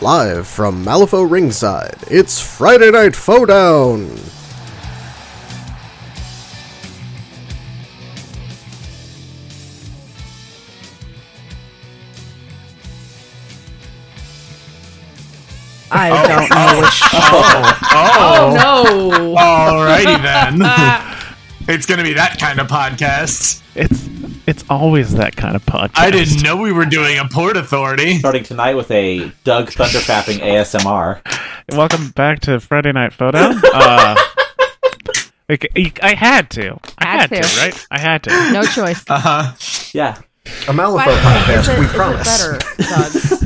Live from Malifaux Ringside, it's Friday Night Down. I don't know which. Oh no! Oh, alrighty then. it's gonna be that kind of podcast. It's it's always that kind of podcast. I didn't know we were doing a Port Authority. starting tonight with a Doug Thunderfapping ASMR. Welcome back to Friday Night Photo. Uh, like, I- I had to. I Had had, to. to. right? I had to. No choice. Uh huh. Yeah, A Malifaux podcast, we promise. Is it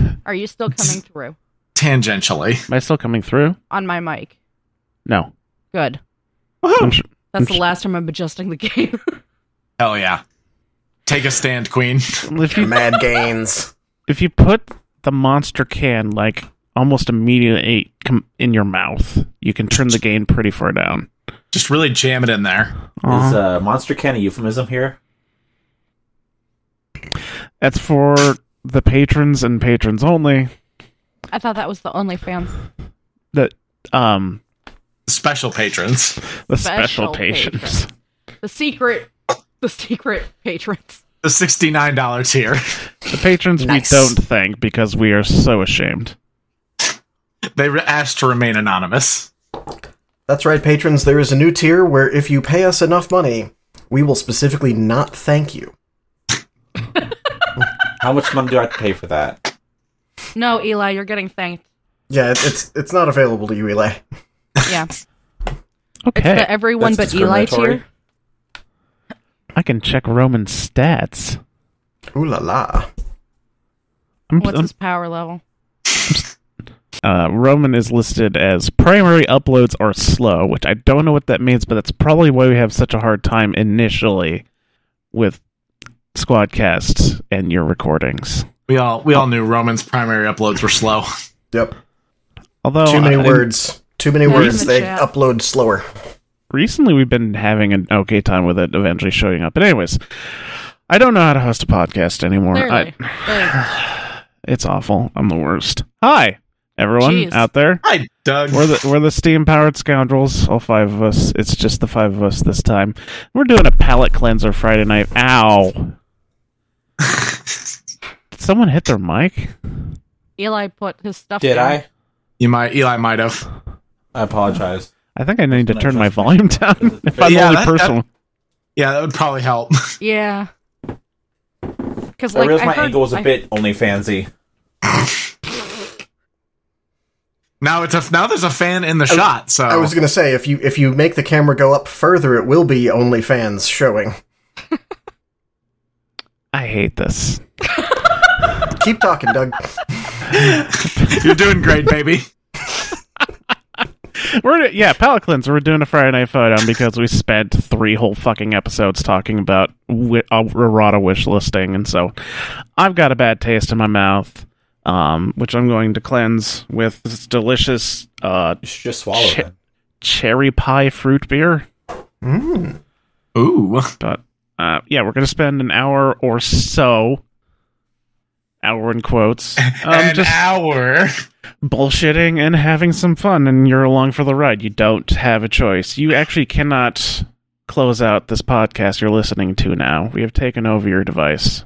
better, Doug? Are you still coming through Tangentially. Am I still coming through? on my mic? No. Good. I'm tr- That's the last time I'm adjusting the game. Hell yeah. Take a stand, Queen. if you Mad gains. if you put the monster can like almost immediately com- in your mouth, you can turn the gain pretty far down. Just really jam it in there. is Uh, uh, Monster Can a euphemism here? that's for the patrons and patrons only. I thought that was the OnlyFans That um Special patrons. the Special special, patrons. patrons. the secret, the secret patrons. The sixty-nine dollars here. The patrons Nice. we don't thank because we are so ashamed. They re- asked to remain anonymous. That's right, patrons, there is a new tier where if you pay us enough money, we will specifically not thank you. How much money do I have to pay for that? No, Eli, you're getting thanked. Yeah, it, it's it's not available to you, Eli. Yeah, it's Okay. the everyone That's but Eli discriminatory. tier. I can check Roman's stats. Ooh la la. I'm, What's I'm- his power level? uh, Roman is listed as primary uploads are slow, which I don't know what that means, but that's probably why we have such a hard time initially with Squadcast and your recordings. We all we all knew Roman's primary uploads were slow. Yep. Although uh, Too many I- words. Too many Yeah, words. even They chat. upload slower. recently we've been having an okay time with it eventually showing up. But anyways, I don't know how to host a podcast anymore. I, Clearly, Like, it's awful. I'm the worst. Hi, everyone Jeez. out there. Hi, Doug. We're the we're the steam powered scoundrels, all five of us. It's just the five of us this time. We're doing a palate cleanser Friday night. Ow! Did someone hit their mic? Eli put his stuff. Did down. I? you might Eli might have. I apologize. I think I need to No, turn my trust me. volume down. if I'm Yeah, the that- only that- person. Yeah, that would probably help. Yeah. Because I like realized I my heard, angle was a I- bit only fancy. now it's a now there's a fan in the shot, so I was gonna say if you if you make the camera go up further, it will be OnlyFans showing. I hate this. Keep talking, Doug. you're doing great, baby. We're yeah, palate cleanser. We're doing a Friday night photo because we spent three whole fucking episodes talking about wi- uh, errata wish listing, and so I've got a bad taste in my mouth, um, which I'm going to cleanse with this delicious uh, You should just swallow Shit. it. cherry pie fruit beer. Mm. Ooh. But uh, yeah, we're gonna spend an hour or so, hour in quotes, um, An just hour. bullshitting and having some fun. And you're along for the ride. You don't have a choice. You actually cannot close out this podcast you're listening to now. We have taken over your device.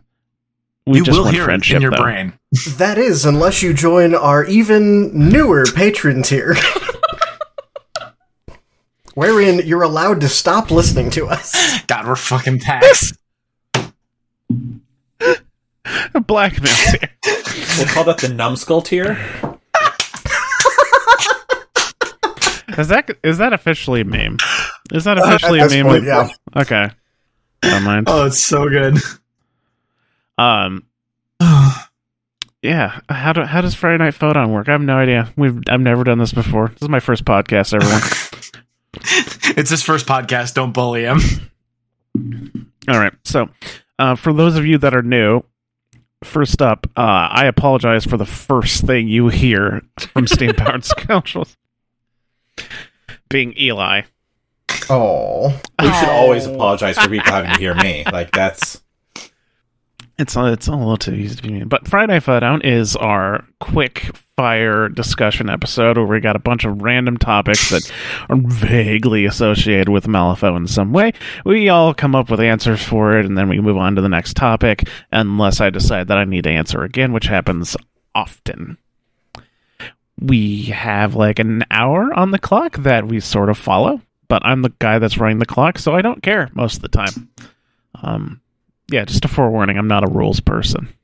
We you just will want hear it friendship, in your though. brain. That is, unless you join our even newer patron tier, wherein you're allowed to stop listening to us. God, we're fucking taxed. Blackmail. here. We'll call that the numbskull tier. is that is that officially a meme? Is that officially Uh, At a this meme? point, yeah. Uh, Okay. Never mind. oh, it's so good. Um, yeah. How do how does Friday Night Photon work? I have no idea. We've I've never done this before. This is my first podcast, everyone. it's his first podcast. Don't bully him. All right. So, uh, for those of you that are new, first up, uh, I apologize for the first thing you hear from Steam Powered Scoundrels being Eli. Oh, You should Oh. always apologize for people having to hear me. Like that's uh, It's a, it's a little too easy to be mean. But Friday Night Down is our quick fire discussion episode where we got a bunch of random topics that are vaguely associated with Malifaux in some way. We all come up with answers for it, and then we move on to the next topic, unless I decide that I need to answer again, which happens often. We have like an hour on the clock that we sort of follow, but I'm the guy that's running the clock, so I don't care most of the time. Um, yeah, just a forewarning, I'm not a rules person.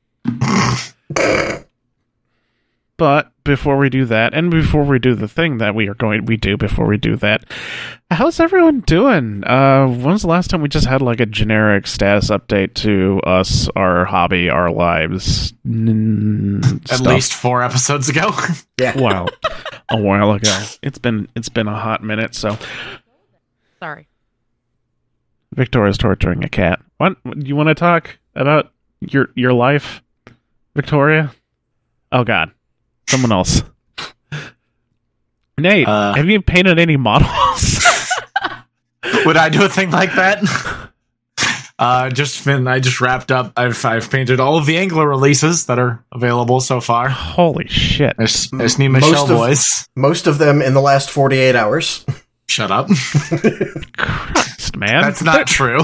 But before we do that, and before we do the thing that we are going we do before we do that, how's everyone doing? Uh when's the last time we just had like a generic status update to us, our hobby, our lives? At At least four episodes ago. Wow. a while ago. It's been it's been a hot minute, so Sorry. Victoria's torturing a cat. What you want to talk about your your life, Victoria? Oh God, someone else. Nate, Uh. have you painted any models? Would I do a thing like that? Uh, just Finn, I just wrapped up. I've, I've painted all of the Angler releases that are available so far. Holy shit! I just, I just need Most Michelle of- voice. Most of them in the last 48 hours. Shut up. Christ, man, That's not There- true.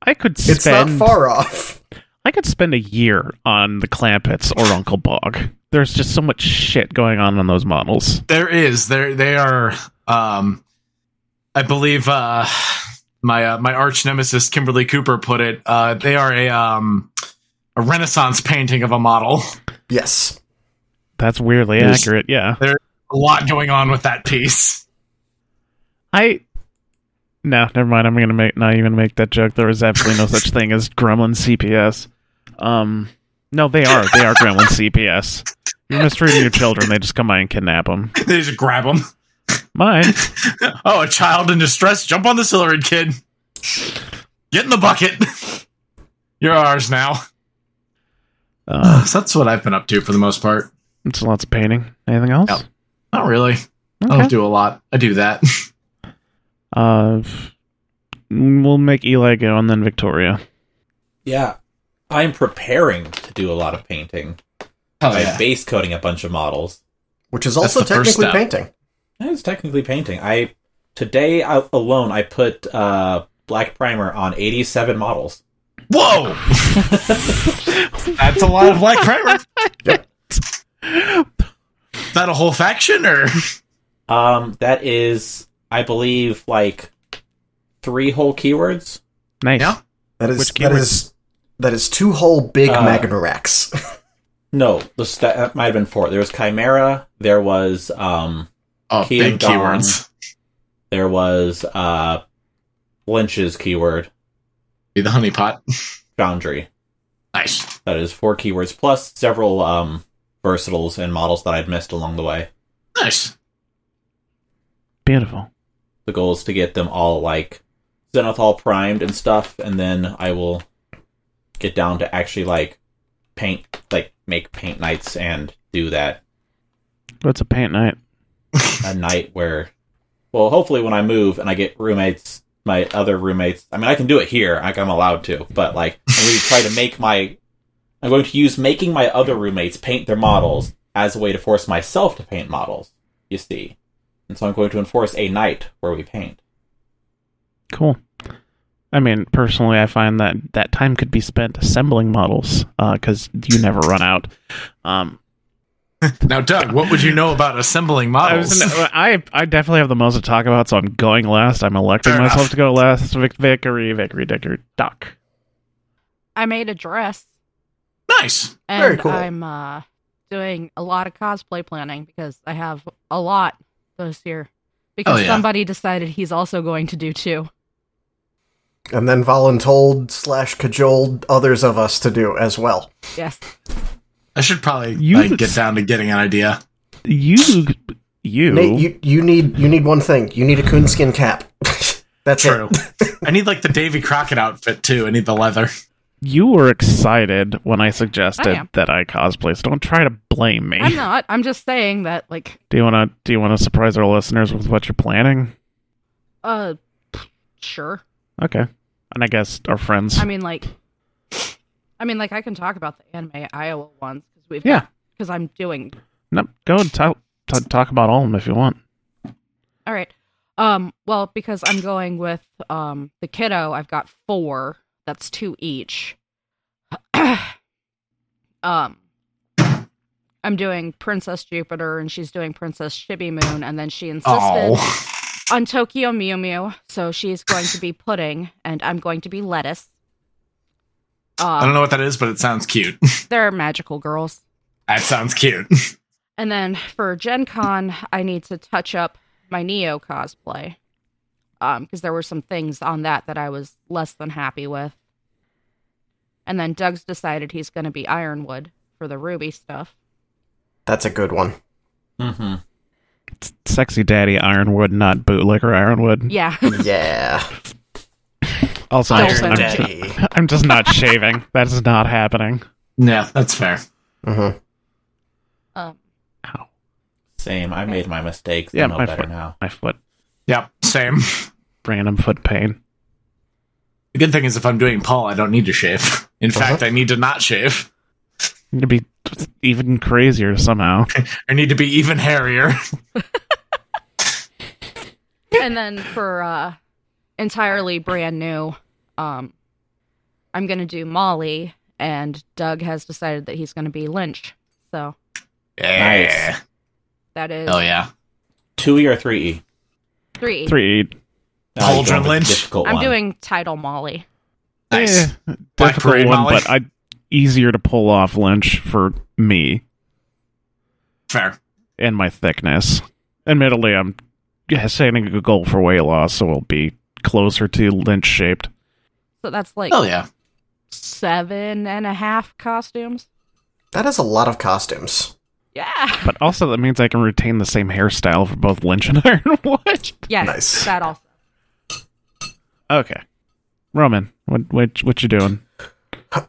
I could spend. It's not far off. I could spend a year on the Clampets or Uncle Bog. There's just so much shit going on on those models. There is. There they are um I believe uh my uh, my arch nemesis Kimberly Cooper put it uh they are a um a renaissance painting of a model. Yes. That's weirdly Yes. accurate. Yeah. A lot going on with that piece. I no, never mind. I'm gonna make not even make that joke. There is absolutely no such thing as Gremlin CPS. Um, no, they are they are Gremlin CPS. You're mistreating your children. They just come by and kidnap them. They just grab them. Mine. Oh, a child in distress. Jump on the Sillerid kid. Get in the bucket. You're ours now. Uh, So that's what I've been up to for the most part. it's lots of painting. Anything else? Yep. Not really. I Okay. don't do a lot. I do that. Uh, we'll make Eli go and then Victoria. Yeah. I'm preparing to do a lot of painting Oh, by yeah. base coating a bunch of models. Which is That's also the first technically step. painting. That is technically painting. I today I, alone I put uh, black primer on 87 models. Whoa! That's a lot of black primer. Is that a whole faction or Um, that is, I believe, like three whole keywords. Nice. Yeah. That is Which that keyword? is that is two whole big Uh, Magnum racks. No, this, that, that might have been four. There was chimera. There was um, oh, Key big and Dawn. keywords? there was uh, Lynch's keyword Be the honeypot. foundry. Nice. That is four keywords plus several um, versatiles and models that I'd missed along the way. Nice. Beautiful. The goal is to get them all like Zenith all primed and stuff, and then I will get down to actually like paint, like make paint nights and do that. What's a paint night? a night where well hopefully when i move and i get roommates my other roommates i mean i can do it here like i'm allowed to but like i'm going to try to make my i'm going to use making my other roommates paint their models as a way to force myself to paint models you see and so i'm going to enforce a night where we paint Cool. I mean, personally, I find that that time could be spent assembling models because you never run out. Um, Now, Doug, what would you know about assembling I, models? was I I definitely have the most to talk about, so I'm going last. I'm electing Fair myself enough. to go last. Vic, Vickery, Vickery, Dicker, Doc. I made a dress nice. and Very cool. I'm uh, doing a lot of cosplay planning because I have a lot this year. Because Oh, yeah. somebody decided he's also going to do two. and then voluntold slash cajoled others of us to do as well. Yes. I should probably You- like, get down to getting an idea. You, you, Nate, you, you need you need one thing. You need a coonskin cap. That's it. True. I need like the Davy Crockett outfit too. I need the leather. you were excited when I I suggested am. that I cosplay. So don't try to blame me. I'm not. I'm just saying that, like, Do you want to? Do you want to surprise our listeners with what you're planning? uh, sure. Okay, and I guess our friends. I mean, like, I mean, like, I can talk about the anime Iowa ones because we've yeah, because I'm doing No, go and tell, t- talk about all of them if you want. All right. Um, well, because I'm going with um the kiddo, I've got four. That's two each. um I'm doing Princess Jupiter and she's doing Princess Chibi Moon, and then she insisted Oh, on Tokyo Mew Mew, so she's going to be pudding and I'm going to be lettuce. I don't Um, know what that is, but it sounds cute. they're magical girls. that sounds cute. And then for Gen Con, I need to touch up my Neo cosplay. Um, because there were some things on that that I was less than happy with. And then Doug's decided he's going to be Ironwood for the Ruby stuff. That's a good one. Mm-hmm. It's sexy daddy Ironwood, not bootlicker Ironwood. Yeah. Yeah. Also, I'm just, Iron I'm, just not, Daddy. I'm just not shaving. That is not happening. yeah, that's fair. Mhm. um, Ow. Same. I made my mistakes. Yeah, I know my better foot. now. My foot, Yep, same. random foot pain. The good thing is if I'm doing Paul, I don't need to shave. In fact, I need to not shave. It'd be even crazier somehow. I need to be even hairier. and then for uh, entirely brand new, um, I'm going to do Molly, and Doug has decided that he's going to be Lynch. So Yeah. that is Hell yeah. Two E or three E? three. Three. Eh, Now you're Aldrin going with the Lynch. Difficult I'm one. doing title Molly. Nice. Eh, Black difficult Parade one, Molly. but I easier to pull off Lynch for me Fair. and my thickness. Admittedly, I'm setting a goal for weight loss, so it'll be closer to Lynch shaped. So that's like Hell yeah. seven and a half costumes. That is a lot of costumes. Yeah. But also, that means I can retain the same hairstyle for both Lynch and Ironwood. Yes. Nice. That also. Okay, Roman, what what what you doing?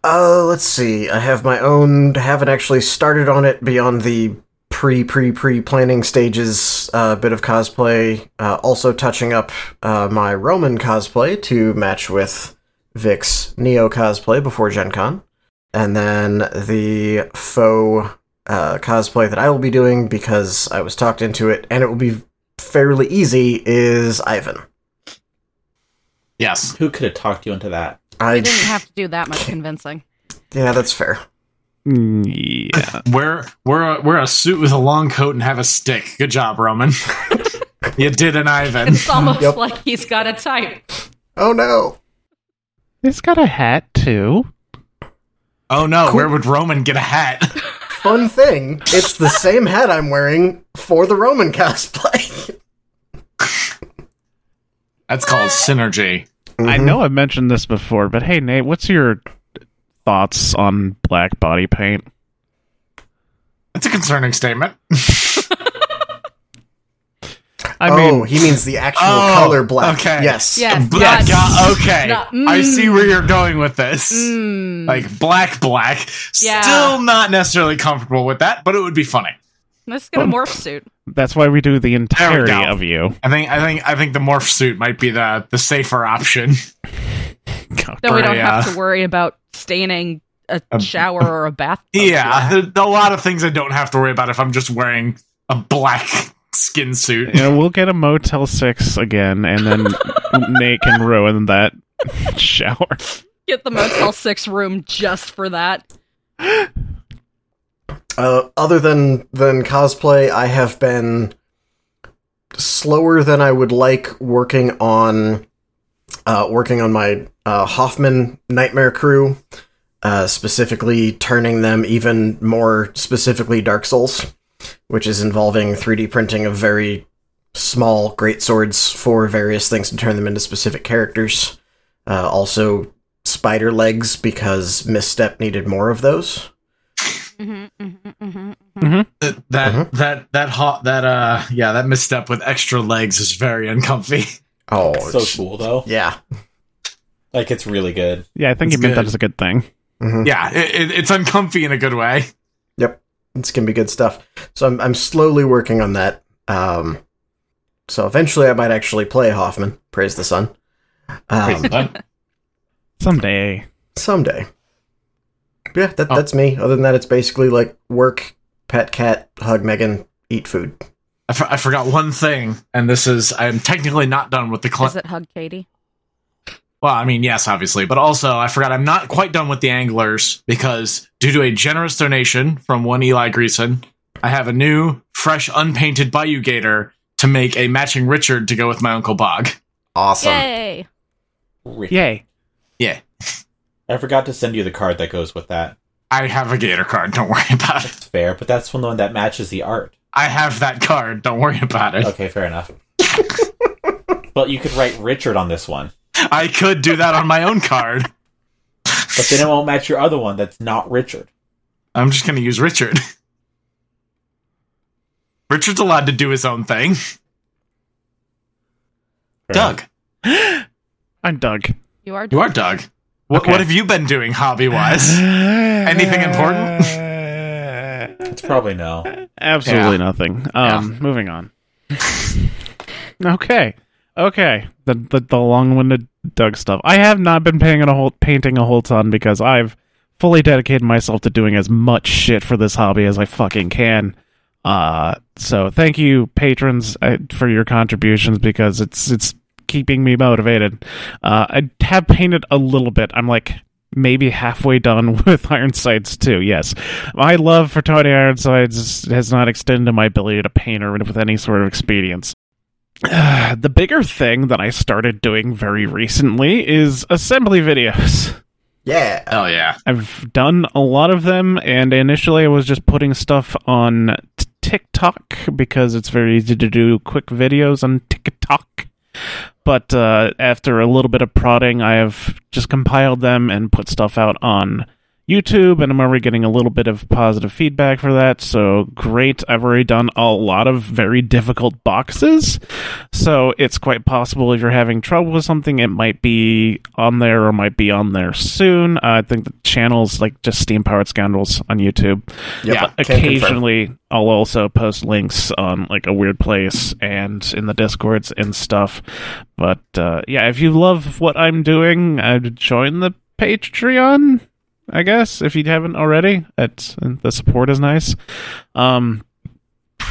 Uh, let's see. I have my own. Haven't actually started on it beyond the pre pre pre planning stages. Uh, bit of cosplay. Uh, also touching up uh, my Roman cosplay to match with Vic's Neo cosplay before Gen Con, and then the faux uh, cosplay that I will be doing because I was talked into it, and it will be fairly easy. Is Ivan? Yes. Who could have talked you into that? I I didn't have to do that much convincing. yeah, that's fair. Mm, Yeah. Wear wear a, wear a suit with a long coat and have a stick. Good job, Roman. you did an Ivan. It's almost Yep. like he's got a type. Oh no. He's got a hat too. Oh no, where would Roman get a hat? Fun thing, it's the same hat I'm wearing for the Roman cosplay. That's called synergy. I Mm-hmm. know I've mentioned this before, but hey, Nate, what's your thoughts on black body paint? That's a concerning statement. I oh, mean, he means the actual Oh, color black. okay. Yes. Yes. Black, Yes. yeah, okay. Not- I see mm. where you're going with this. Mm. Like black, black. Yeah. Still not necessarily comfortable with that, but it would be funny. Let's get a morph suit. that's why we do the entirety go. of you. I think I think I think the morph suit might be the the safer option. Then we don't Or, have uh, to worry about staining a a- shower or a bath. yeah, there- there are a lot of things I don't have to worry about if I'm just wearing a black skin suit. You know, we'll get a Motel Six again, and then Nate can ruin that shower. Get the Motel 6 room just for that. Uh, other than than cosplay, I have been slower than I would like working on uh, working on my uh, Hoffman Nightmare crew, uh, specifically turning them even more specifically Dark Souls, which is involving 3D printing of very small great swords for various things to turn them into specific characters. Uh, also, spider legs because Misstep needed more of those. Mm-hmm, That that Mhm. that that hot that uh yeah that misstep with extra legs is very uncomfy. Oh, So it's- cool though. yeah. Like it's really good. Yeah, I think That's you meant that good. as a good thing. Mhm. yeah, it, it, it's uncomfy in a good way. It's gonna be good stuff. So I'm I'm slowly working on that. Um, so eventually I might actually play Hoffman. Praise the sun. Um, Someday. someday. Yeah, Oh. that, Oh. that's me. Other than that, it's basically like work, pet cat, hug Megan, eat food. I, for- I forgot one thing, and this is I'm technically not done with the cl- Is it Hug Katie? Well, I mean, yes, obviously, but also I forgot I'm not quite done with the anglers because due to a generous donation from one Eli Greason, I have a new, fresh, unpainted Bayou Gator to make a matching Richard to go with my Uncle Bog. Awesome. Yay! Rich. Yay. Yeah, I forgot to send you the card that goes with that. I have a Gator card. Don't worry about it. That's fair, but that's one the one that matches the art. I have that card. Don't worry about it. Okay, fair enough. but you could write Richard on this one, I could do that on my own card. but then it won't match your other one that's not Richard. I'm just going to use Richard. Richard's allowed to do his own thing. Fair Doug, I'm Doug. You are. you are Doug. What, Okay. what have you been doing hobby wise? Anything It's important? probably no. Absolutely Yeah. nothing. Um, moving on. okay, okay. The the, the long winded Doug stuff. I have not been paying a whole painting a whole ton because I've fully dedicated myself to doing as much shit for this hobby as I fucking can. Uh, so thank you patrons uh, for your contributions because it's it's keeping me motivated. Uh, I have painted a little bit. I'm like maybe halfway done with Ironsides too. Yes, my love for Tony Ironsides has not extended to my ability to paint her with any sort of expedience. the bigger thing that I started doing very recently is assembly videos. Yeah. Oh, yeah. I've done a lot of them, and initially I was just putting stuff on t- TikTok because it's very easy to do quick videos on TikTok. But uh, after a little bit of prodding, I have just compiled them and put stuff out on YouTube, and I'm already getting a little bit of positive feedback for that. So great. I've already done a lot of very difficult boxes. So it's quite possible if you're having trouble with something, it might be on there or might be on there soon. Uh, I think the channel's like just Steam Powered Scoundrels on YouTube. Uh, Yep. Can confirm. Occasionally, I'll also post links on like a weird place and in the discords and stuff. But uh, yeah, if you love what I'm doing, uh, join the Patreon. I guess if you haven't already, it's the support is nice. Um,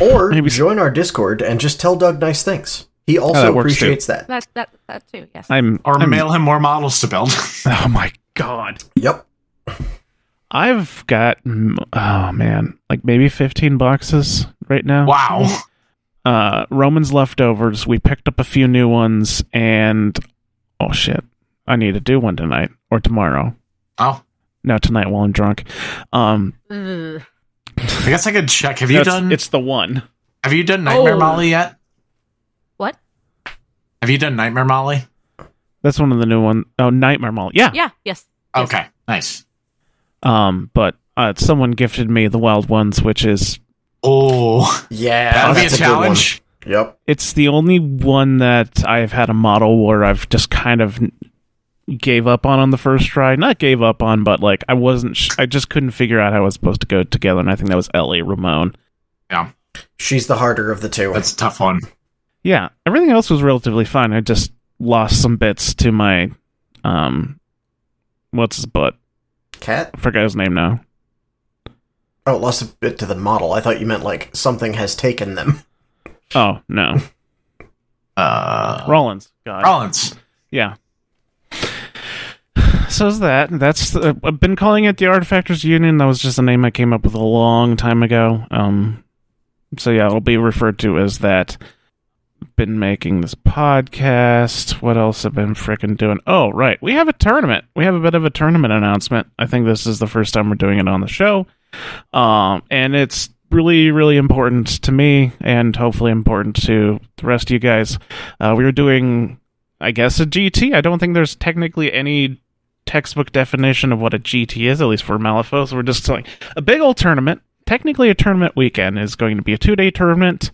Or Maybe- Oh, join our Discord and just tell Doug nice things. He also that works too. appreciates that. That that that too. Yes. I'm Or I'm, mail him more models to build. Oh my god, Yep. I've got mm, oh man, like maybe fifteen boxes right now. wow. uh, Roman's leftovers. We picked up a few new ones, and oh shit, I need to do one tonight or tomorrow. Oh, No, tonight while I'm drunk. Um, Ugh. I guess I could check. Have you that's- done? It's the one. have you done Nightmare Oh. Molly yet? What? Have you done Nightmare Molly? That's one of the new one. Oh, Nightmare Mall. Yeah. Yeah. Yes. Yes. Okay, nice. Um, but uh, someone gifted me the Wild Ones, which is Oh, Yeah. that would be a that's good challenge. one. Yep. it's the only one that I've had a model where I've just kind of gave up on on the first try. Not gave up on, but like I wasn't. Sh- I just couldn't figure out how it was supposed to go together, and I think that was Ellie Ramon. She's the harder of the two. That's a tough one. Yeah, everything else was relatively fine. I just lost some bits to my, um, what's his butt? Cat? I forgot his name now. Oh, it lost a bit to the model. I thought you meant like something has taken them. Oh no, Uh, Rollins. God. Rollins. Yeah. So is that. That's uh, I've been calling it the Artifactors Union. That was just a name I came up with a long time ago. Um, so yeah, it'll be referred to as that. Been making this podcast. What else have been frickin' doing? Oh, right, we have a tournament. We have a bit of a tournament announcement. I think this is the first time we're doing it on the show, um, and it's really, really important to me, and hopefully important to the rest of you guys. Uh, we were doing I guess a GT. I don't think there's technically any textbook definition of what a GT is, at least for Malifaux. We're just like a big old tournament. Technically, a tournament weekend is going to be a two day tournament,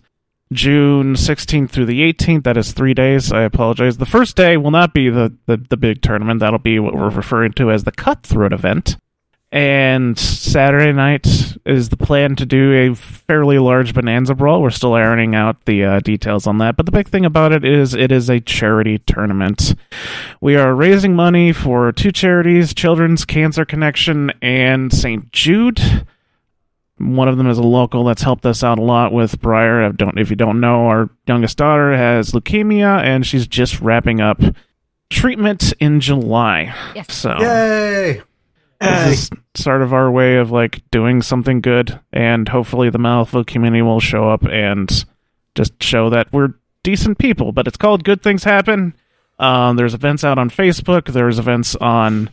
June 16th through the 18th. That is three days. I apologize. The first day will not be the, the, the big tournament. That'll be what we're referring to as the cutthroat event. And Saturday night is the plan to do a fairly large bonanza brawl. We're still ironing out the uh, details on that, but the big thing about it is it is a charity tournament. We are raising money for two charities: Children's Cancer Connection and St. Jude. One of them is a local that's helped us out a lot with Briar. I don't if you don't know, our youngest daughter has leukemia and she's just wrapping up treatment in July. Yes. Oh. So Yay! this is sort of our way of like doing something good and hopefully the Malifaux community will show up and just show that we're decent people but it's called good things happen um, there's events out on facebook there's events on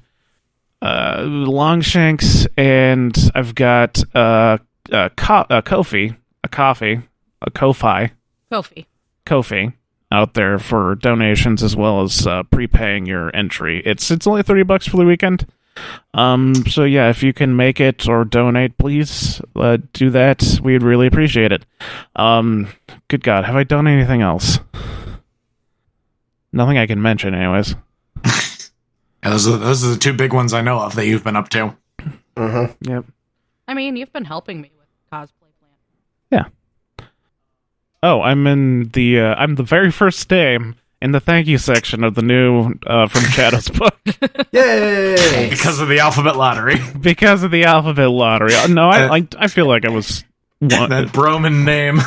uh, longshanks and i've got uh, a, co- a kofi a coffee a kofi Kofi. Kofi out there for donations as well as uh, prepaying your entry. It's it's only thirty bucks for the weekend. Um, so yeah, if you can make it or donate, please uh, do that. We'd really appreciate it. Um, good God, have I done anything else? Nothing I can mention, anyways. And those are those are the two big ones I know of that you've been up to. Mm-hmm. Yep. I mean, you've been helping me with cosplay plan. Oh, I'm in the uh, I'm the very first day in the thank you section of the new uh, from Shadows book. Yay! Because of the alphabet lottery. because of the alphabet lottery. Uh, No, I I, I feel like I was that one, Broman name.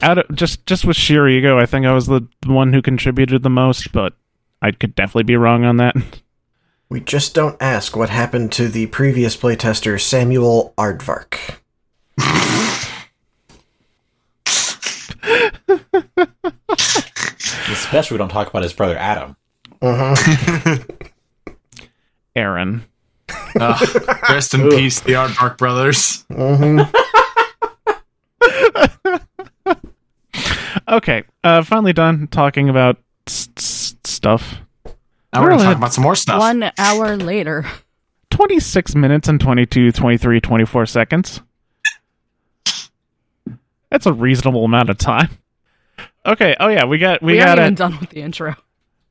out of just just with sheer ego. I think I was the the one who contributed the most, but I could definitely be wrong on that. We just don't ask what happened to the previous playtester Samuel Aardvark. Especially we don't talk about his brother Adam. Mm-hmm. Aaron, Ugh, rest in peace, the Aardvark brothers. Mm-hmm. okay, uh, finally done talking about s- s- stuff. Now we're gonna Really? talk about some more stuff. One hour later. 26 minutes and 22, 23, 24 seconds. That's a reasonable amount of time. Okay. Oh yeah, we got we, We, aren't got it. even done with the intro.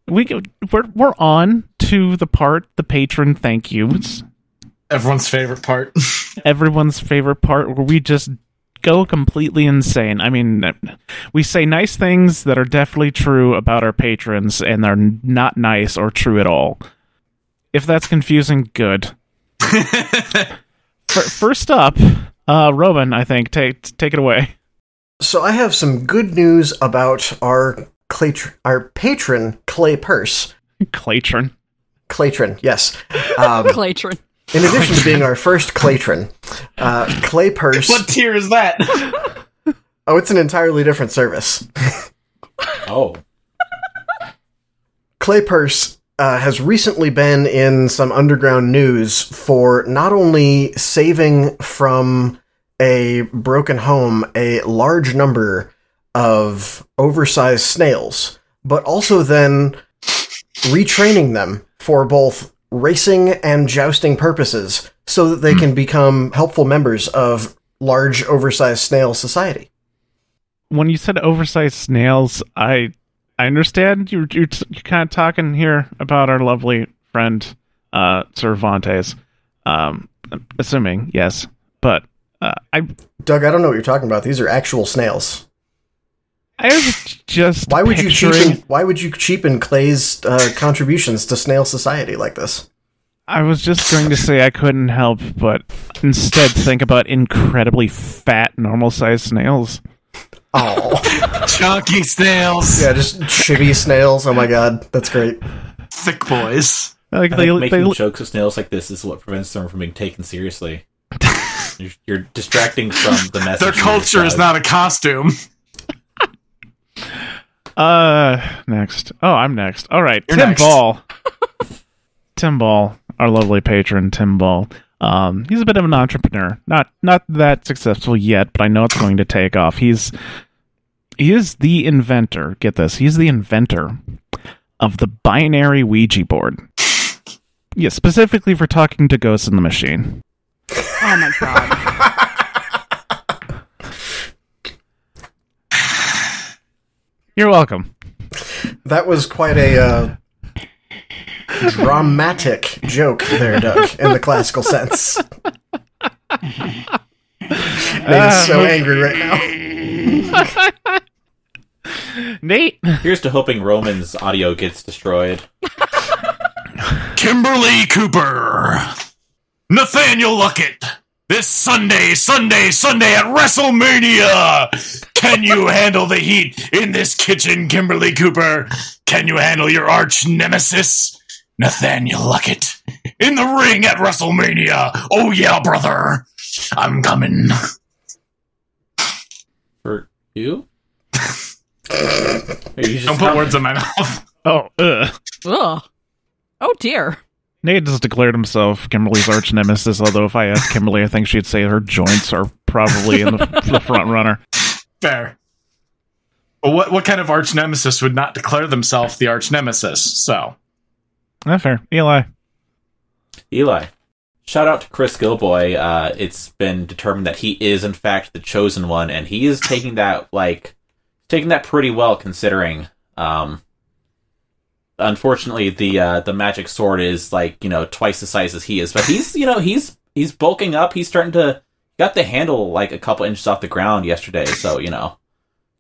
we go- we're we're on to the part the patron thank yous Everyone's favorite part. everyone's favorite part where we just go completely insane i mean we say nice things that are definitely true about our patrons and are not nice or true at all if that's confusing good Fir- first up uh robin i think take take it away So I have some good news about our clay tr- our patron Clay Purse. claytron Claytron, yes. Um, Claytron. in addition to being our first Claytron, uh, Clay Purse. what tier is that? Oh, it's an entirely different service. Oh, Clay Purse uh, has recently been in some underground news for not only saving from a broken home a large number of oversized snails, but also then retraining them for both racing and jousting purposes so that they can become helpful members of large oversized snail society. when you said oversized snails, I I understand you you're, you're kind of talking here about our lovely friend uh Cervantes. Um assuming, yes. But uh, I Doug, I don't know what you're talking about. These are actual snails. I was just Why would you picturing- cheapen? Why would you cheapen Clay's uh, contributions to snail society like this? I was just going to say I couldn't help but instead think about incredibly fat normal sized snails. Oh, Chunky snails. yeah, just chibi snails. Oh my god, that's great. Thick boys. Like I they, think they making jokes of snails like this is what prevents them from being taken seriously. you're, you're distracting from the message. Their you culture is decide. not a costume. Uh, next. Oh, I'm next. All right, You're Tim next. Ball. Tim Ball, our lovely patron, Tim Ball. Um, he's a bit of an entrepreneur. Not not that successful yet, but I know it's going to take off. He's he is the inventor. Get this. He's the inventor of the binary Ouija board. Yeah, specifically for talking to ghosts in the machine. Oh my god. You're welcome. That was quite a uh, dramatic joke there, Doug, in the classical sense. Nate's Uh, so angry right now. Nate. Here's to hoping Roman's audio gets destroyed. Kimberly Cooper. Nathaniel Luckett. This Sunday, Sunday, Sunday at WrestleMania. Can you handle the heat in this kitchen, Kimberly Cooper? Can you handle your arch nemesis, Nathaniel Luckett, in the ring at WrestleMania? Oh yeah, brother, I'm coming. For you? Or you just Don't put words in my mouth. Oh, ugh. Ugh. Oh dear. Nate has declared himself Kimberly's arch nemesis, although if I asked Kimberly, I think she'd say her joints are probably in the, the front runner. Fair. But what what kind of arch nemesis would not declare themselves the arch nemesis? So Not fair. Eli. Eli. Shout out to Chris Gilboy. Uh, it's been determined that he is in fact the chosen one, and he is taking that like taking that pretty well considering. Um, unfortunately, the uh, the magic sword is like you know twice the size as he is, but he's you know he's he's bulking up. He's starting to got the handle like a couple inches off the ground yesterday, so you know,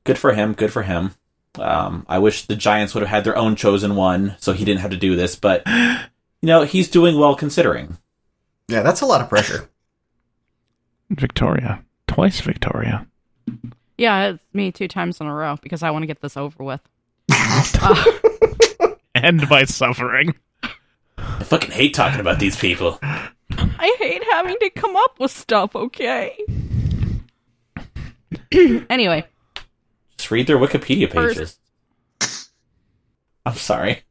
good for him. Good for him. Um, I wish the Giants would have had their own chosen one, so he didn't have to do this, but you know he's doing well considering. Yeah, that's a lot of pressure. Victoria. Twice Victoria. Yeah, it's me two times in a row because I want to get this over with. Uh, End my suffering. I fucking hate talking about these people. I hate having to come up with stuff, okay? anyway, Just read their Wikipedia First- pages. I'm sorry.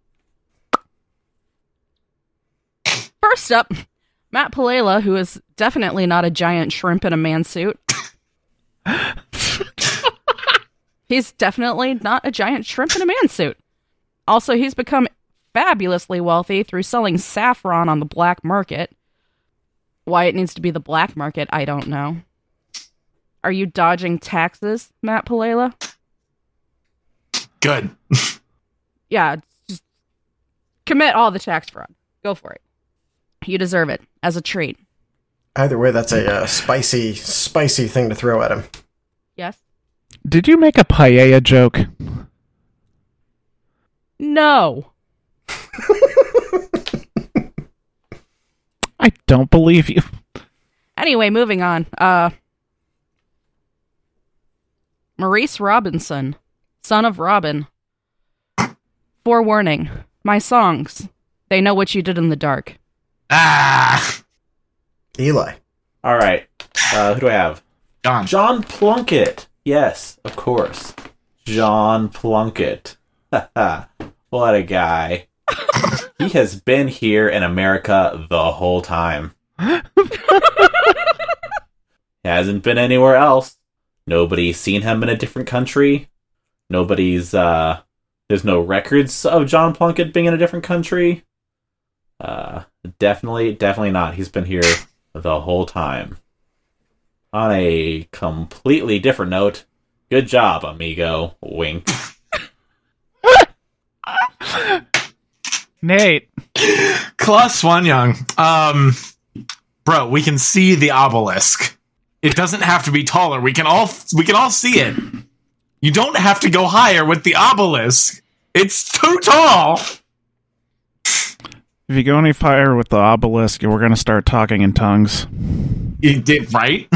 first up, Matt Palela, who is definitely not a giant shrimp in a man suit. he's definitely not a giant shrimp in a man suit. Also, he's become fabulously wealthy through selling saffron on the black market. Why it needs to be the black market, I don't know. Are you dodging taxes, Matt Palela? good. yeah, it's just commit all the tax fraud. Go for it. You deserve it as a treat. Either way, that's a uh, spicy, spicy thing to throw at him. Yes. Did you make a paella joke? No. I don't believe you. Anyway, moving on. Uh Maurice Robinson, son of Robin. Forewarning. My songs. They know what you did in the dark. Ah, Eli. All right. Uh, who do I have? gone. John Plunkett. Yes, of course. John Plunkett. what a guy. he has been here in America the whole time. Hasn't been anywhere else. Nobody's seen him in a different country. Nobody's uh there's no records of John Plunkett being in a different country. Uh definitely definitely not. He's been here the whole time. On a completely different note, good job, amigo. Wink. Nate. Klaus Swanyang. Um, bro, we can see the obelisk. It doesn't have to be taller. We can all we can all see it. You don't have to go higher with the obelisk. It's too tall. If you go any higher with the obelisk, we're going to start talking in tongues. You did right.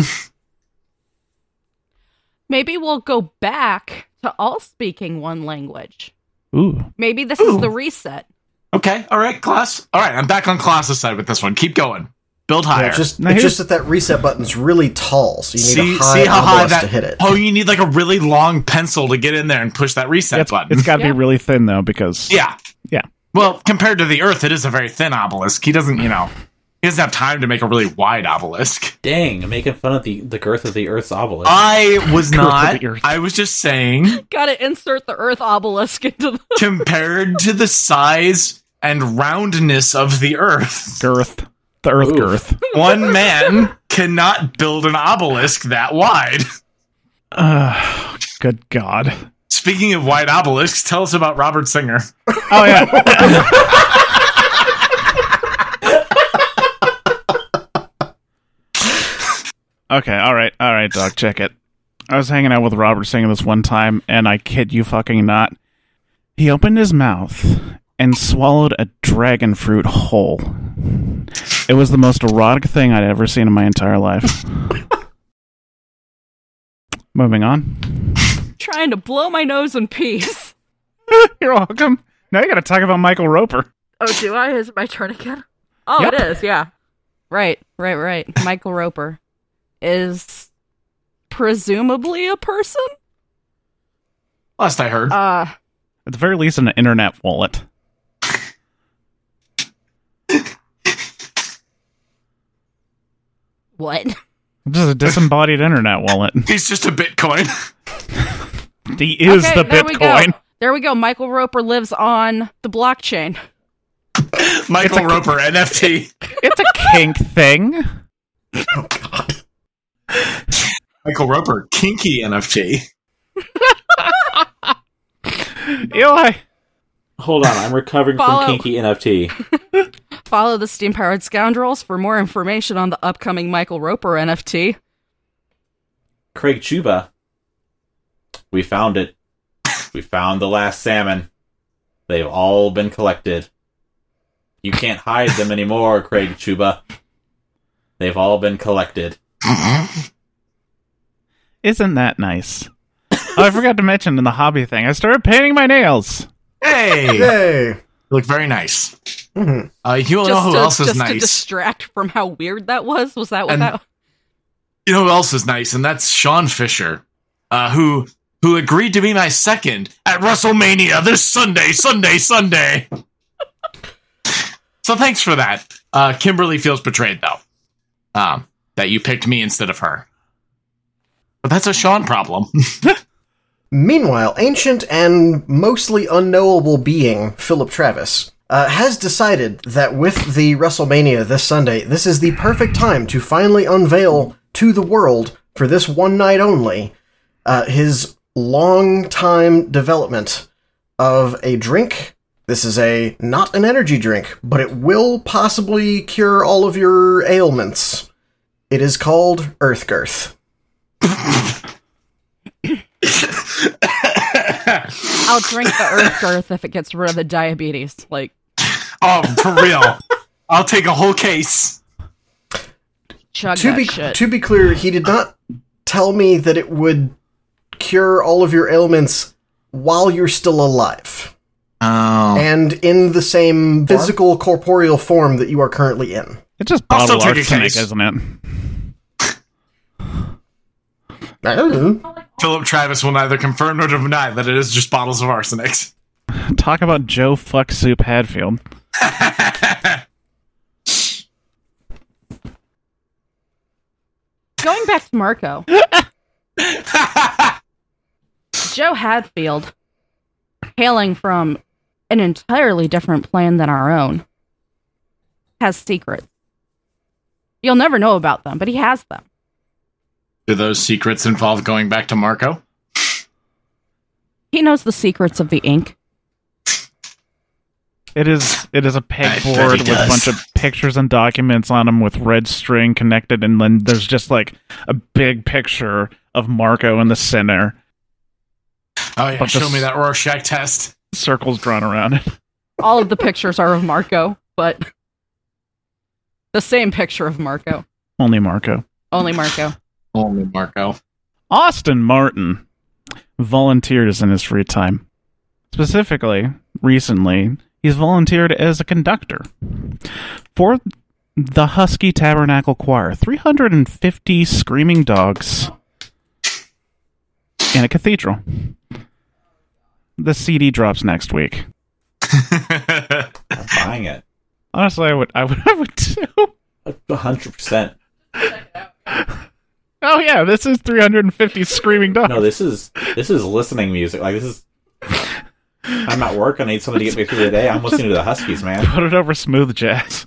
Maybe we'll go back to all speaking one language. Ooh. Maybe this Ooh. is the reset. Okay. All right, Klaus. All right, I'm back on Klaus's side with this one. Keep going. Build higher. Yeah, it's just, Now it's here's- just that that reset button's really tall, so you need see, a high see how high obelisk that. to hit it. Oh, you need like a really long pencil to get in there and push that reset It's, button. it's got to Yeah. be really thin, though, because. yeah. Yeah. Well, compared to the Earth, it is a very thin obelisk. He doesn't, you know, he doesn't have time to make a really wide obelisk. Dang, I'm making fun of the, the girth of the Earth's obelisk. Ah! I was Girth of not. the Earth. I was just saying, Gotta insert the earth obelisk into the compared to the size and roundness of the Earth, Girth. The earth Oof. girth. one man cannot build an obelisk that wide. Uh, good God. Speaking of wide obelisks, tell us about Robert Singer. Oh, yeah. okay, all right, all right, Doc, check it. I was hanging out with Robert Singer this one time, and I kid you fucking not. He opened his mouth and swallowed a dragon fruit whole. It was the most erotic thing I'd ever seen in my entire life. Moving on. Trying to blow my nose in peace. You're welcome. Now you got to talk about Michael Roper. Oh, do I? Is it my turn again? Oh, Yep. it is. Yeah. Right, right, right. Michael Roper is presumably a person. Last I heard. Uh, At the very least, an internet wallet. what? Just a disembodied internet wallet. He's just a Bitcoin. He is Okay, the there we go. Bitcoin. There we go. Michael Roper lives on the blockchain. Michael Roper, NFT. It's a kink thing. Oh God. Michael Roper, kinky NFT. Eli. Hold on, I'm recovering Follow. from kinky NFT. Follow the Steam Powered Scoundrels for more information on the upcoming Michael Roper NFT. Craig Chuba. We found it. We found the last salmon. They've all been collected. You can't hide them anymore, Craig Chuba. They've all been collected. Isn't that nice? oh, I forgot to mention in the hobby thing, I started painting my nails. Hey, you Yay. look very nice. Mhm. Uh, you all Mm-hmm. know just who to, else is just nice. to distract from how weird that was. Was that what And- that? you know who else is nice, and that's Sean Fisher, uh, who who agreed to be my second at WrestleMania this Sunday, Sunday, Sunday. so thanks for that. Uh, Kimberly feels betrayed though, um, that you picked me instead of her. But that's a Sean problem. Meanwhile, ancient and mostly unknowable being Philip Travis uh, has decided that with the WrestleMania this Sunday, this is the perfect time to finally unveil to the world, for this one night only, uh, his long time development of a drink. This is a not an energy drink, but it will possibly cure all of your ailments. It is called Earth Girth. I'll drink the Earth Girth if it gets rid of the diabetes. Like oh, for real. I'll take a whole case. chug to that be shit. to be clear, he did not tell me that it would cure all of your ailments while you're still alive Oh. and in the same physical corporeal form that you are currently in. It's just I'll bottle still take a arsenic, case. isn't it? Oh. Philip Travis will neither confirm nor deny that it is just bottles of arsenic. Talk about Joe Fuck Soup Hadfield. Going back to Marco, Joe Hadfield, hailing from an entirely different plane than our own, has secrets. You'll never know about them, but he has them. Do those secrets involve going back to Marco? He knows the secrets of the ink. It is it is a bet pegboard he with a bunch does. of pictures and documents on them with red string connected, and then there's just like a big picture of Marco in the center, Oh yeah, But show this- me that Rorschach test. circles drawn around it. All of the pictures are of Marco, but the same picture of Marco. Only Marco. Only Marco. Only Marco. Austin Martin volunteers in his free time. Specifically, recently, he's volunteered as a conductor for the Husky Tabernacle Choir. 350 screaming dogs in a cathedral. The CD drops next week. I'm buying it. Honestly, I would, I would, I would too. A hundred percent. Oh yeah, this is 350 screaming dogs. No, this is this is listening music. Like this is I'm at work, I need somebody to get me through the day. I'm listening to the Huskies, man. Put it over smooth jazz.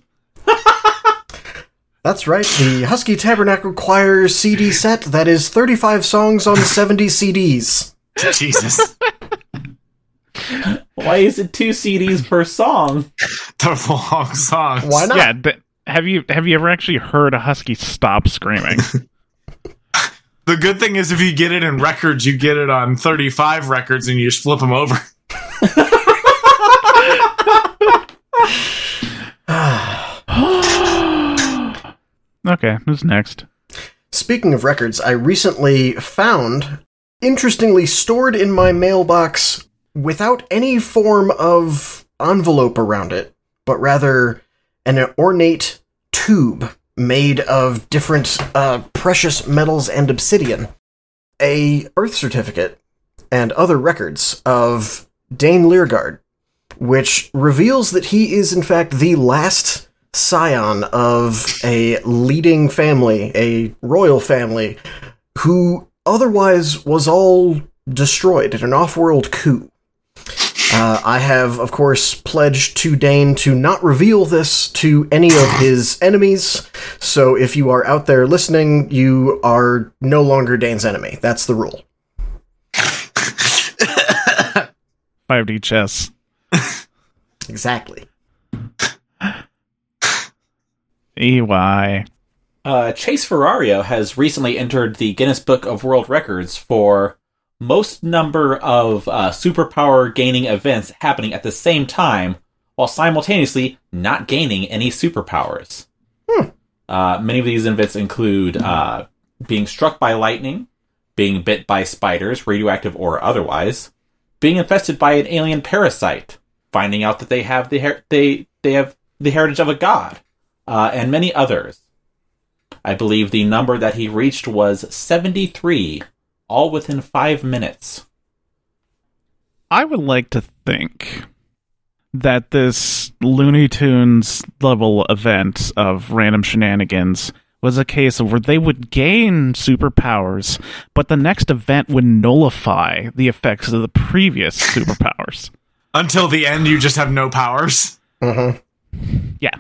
That's right. The Husky Tabernacle Choir CD set that is 35 songs on 70 CDs. Jesus. Why is it two CDs per song? the long songs. Why not? Yeah, but have you have you ever actually heard a husky stop screaming? The good thing is if you get it in records, you get it on 35 records and you just flip them over. Okay, who's next? Speaking of records, I recently found, interestingly, stored in my mailbox without any form of envelope around it, but rather an ornate tube made of different uh, precious metals and obsidian, a earth certificate, and other records of Dane Leargard, which reveals that he is in fact the last scion of a leading family, a royal family, who otherwise was all destroyed in an off world coup. Uh, I have, of course, pledged to Dane to not reveal this to any of his enemies. So if you are out there listening, you are no longer Dane's enemy. That's the rule. 5D chess. Exactly. E EY. Uh, Chase Ferrario has recently entered the Guinness Book of World Records for most number of uh, superpower gaining events happening at the same time while simultaneously not gaining any superpowers. Uh, many of these events include uh, being struck by lightning, being bit by spiders, radioactive or otherwise, being infested by an alien parasite, finding out that they have the her- they they have the heritage of a god, uh, and many others. I believe the number that he reached was seventy three, all within five minutes. I would like to think that this Looney Tunes level event of random shenanigans was a case of where they would gain superpowers, but the next event would nullify the effects of the previous superpowers. Until the end, you just have no powers. hmm Yeah.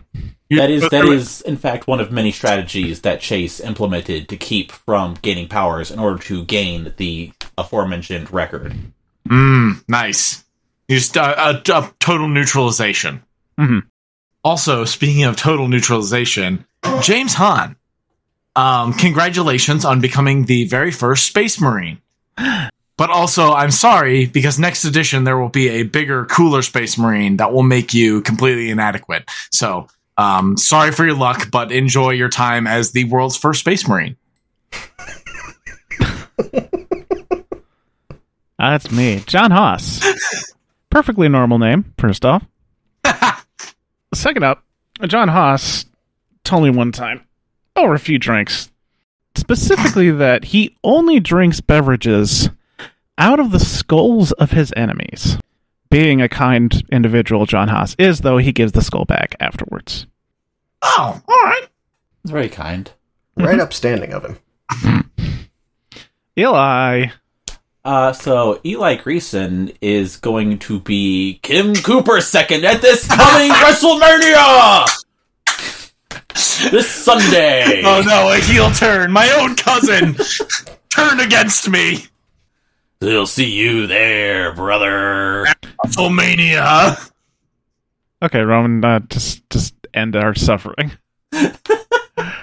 You- That is but that there- is in fact one of many strategies that Chase implemented to keep from gaining powers in order to gain the aforementioned record. Mm, nice. You just uh, uh, t- uh, total neutralization. Mm-hmm. Mhm. Also, speaking of total neutralization, James Hahn, um, congratulations on becoming the very first Space Marine. But also, I'm sorry because next edition there will be a bigger, cooler Space Marine that will make you completely inadequate. So, um, sorry for your luck, but enjoy your time as the world's first Space Marine. Ah, That's me, John Haas. Perfectly normal name, first off. Second up, John Haas told me one time over a few drinks, specifically that he only drinks beverages out of the skulls of his enemies. Being a kind individual, John Haas is, though he gives the skull back afterwards. Oh, all right. It's very kind. Right upstanding of him. Eli, Uh, so Eli Greason is going to be Kim Cooper's second at this coming WrestleMania this Sunday. Oh no, a heel turn. My own cousin turned against me. They'll see you there, brother. WrestleMania. okay, Roman, uh, just just end our suffering.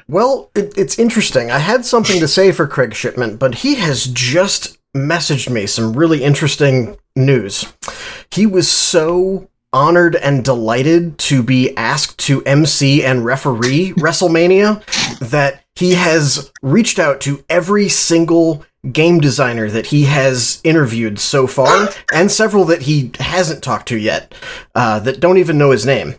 Well, it, it's interesting. I had something to say for Craig Shipman, but he has just messaged me some really interesting news. He was so honored and delighted to be asked to MC and referee WrestleMania that he has reached out to every single game designer that he has interviewed so far and several that he hasn't talked to yet uh, that don't even know his name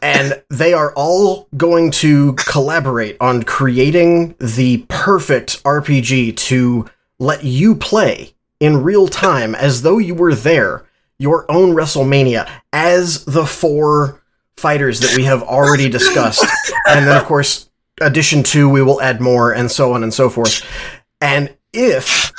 and they are all going to collaborate on creating the perfect RPG to let you play in real time as though you were there your own WrestleMania as the four fighters that we have already discussed. And then, of course, addition two, we will add more and so on and so forth. And if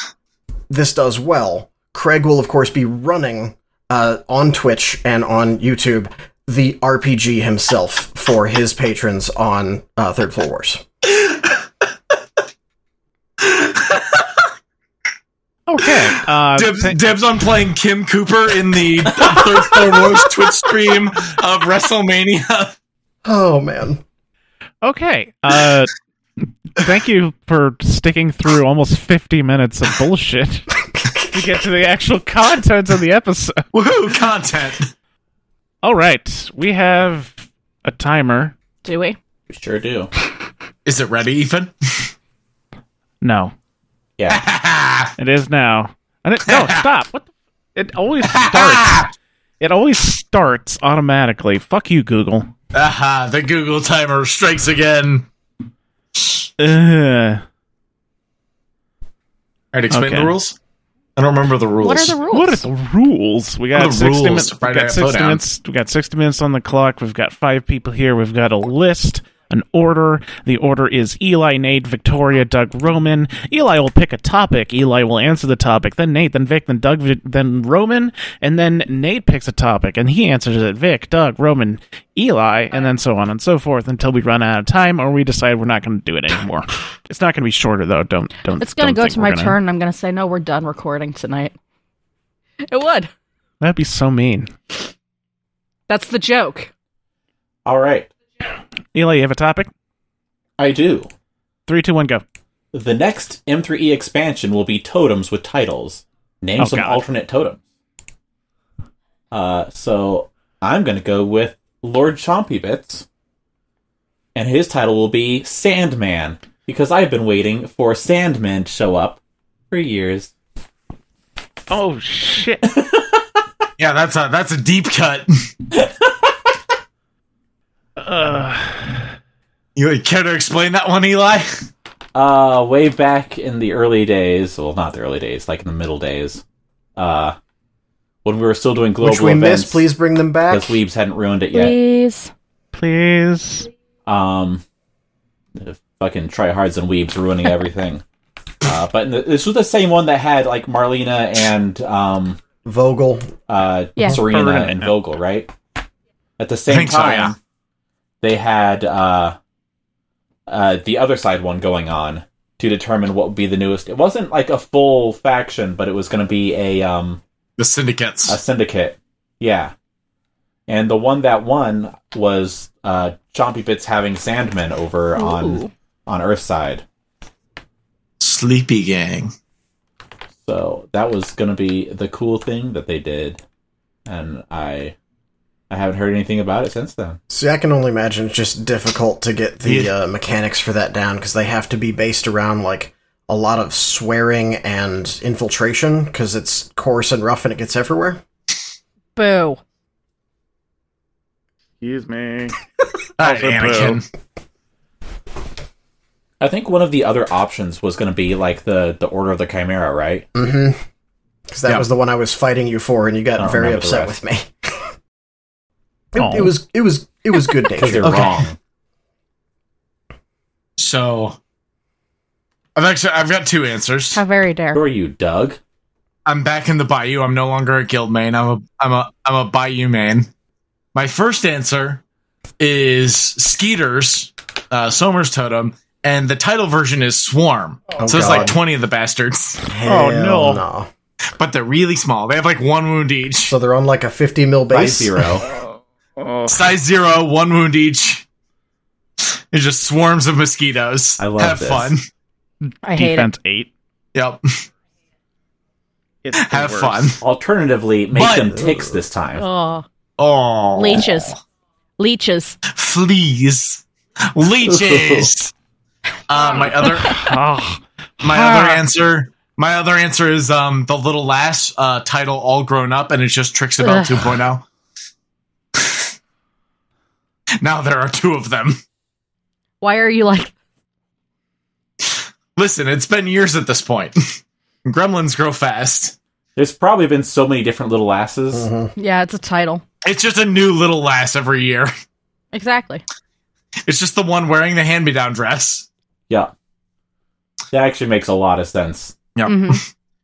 this does well, Craig will, of course, be running uh, on Twitch and on YouTube the RPG himself for his patrons on uh, Third Floor Wars. Okay, uh, Dibs, thank- dibs on playing Kim Cooper in the Third Floor Wars Twitch stream of WrestleMania. Oh man, Okay. Uh, thank you for sticking through almost 50 minutes of bullshit to get to the actual contents of the episode. Woohoo, content. All right. We have a timer. Do we? Sure do. Is it ready, Ethan? No, Yeah. it is now. And it, no, stop. What? The, it always Ah! starts. It always starts automatically. Fuck you, Google. Aha, the Google timer strikes again. Ugh. All right, explain Okay. the rules. I don't remember the rules. What are the rules? What are the rules? We What are got the sixty rules minutes. to We Friday got Night sixty Lowdown? minutes. We got sixty minutes on the clock. We've got five people here. We've got a list, an order. The order is Eli, Nate, Victoria, Doug, Roman. Eli will pick a topic. Eli will answer the topic. Then Nate, then Vic, then Doug, Vi- then Roman, and then Nate picks a topic and he answers it. Vic, Doug, Roman, Eli, and then so on and so forth until we run out of time or we decide we're not going to do it anymore. It's not going to be shorter though. Don't don't. It's gonna don't go think to we're my gonna- turn. and I'm gonna say no. We're done recording tonight. It would. That'd be so mean. That's the joke. All right. Eli, you have a topic? I do. Three, two, one, go. The next M3E expansion will be totems with titles. Name Oh, some God. alternate totems. Uh, so I'm going to go with Lord Chompy Bits, and his title will be Sandman because I've been waiting for Sandman to show up for years. Oh shit! Yeah, that's a that's a deep cut. you care to explain that one, Eli? Uh, way back in the early days, well, not the early days, like in the middle days, uh, when we were still doing global Which we events, missed. Please bring them back. because Weebs hadn't ruined it yet. Please. Please. Um, the fucking tryhards and weebs ruining everything. uh, but in the, this was the same one that had like Marlena and um, Vogel. uh, Yeah. Serena Serena, and yeah. Vogel, right? At the same think so, time, yeah. they had uh, uh, the other side one going on to determine what would be the newest. It wasn't like a full faction, but it was going to be a um, The syndicates. Uh, a syndicate. Yeah. And the one that won was uh Chompy Bits having Sandman over on Ooh. on Earthside. Sleepy gang. So that was gonna be the cool thing that they did. And I I haven't heard anything about it since then. See, I can only imagine it's just difficult to get the Yeah. uh, mechanics for that down because they have to be based around like a lot of swearing and infiltration because it's coarse and rough and it gets everywhere. Boo. Excuse me. All right, Also, Anakin. I think one of the other options was gonna be like the the Order of the Chimera, right? Mm-hmm. Because that Yeah. was the one I was fighting you for, and you I got don't very remember the upset with me. Aw. it, it was it was it was good Because nature. they're wrong. So, I've actually I've got two answers. How very Who dare. are you, Doug? I'm back in the Bayou. I'm no longer a guild main. I'm a I'm a I'm a Bayou man. My first answer is Skeeter's uh, Somer's totem, and the title version is Swarm. Oh, so it's God. like 20 of the bastards, Oh, Hell no. no. but they're really small. They have like one wound each, So they're on like a fifty mil By base. zero. size zero, one wound each. It's just swarms of mosquitoes. I love have this. fun. I hate Defense eight. Yep, It's have fun. Alternatively, make But- them ticks this it. time. Oh, Oh, leeches. Leeches. fleas, leeches. uh, my other My other Ah. answer, my other answer is um the little lass uh title all grown up and it's just Trixabelle Ugh. 2.0. now there are two of them. Why are you like? Listen, it's been years at this point. Gremlins grow fast. There's probably been so many different little asses. Mhm. Yeah, it's a title. It's just a new little lass every year. Exactly. It's just the one wearing the hand-me-down dress. Yeah. That actually makes a lot of sense. Yep. hmm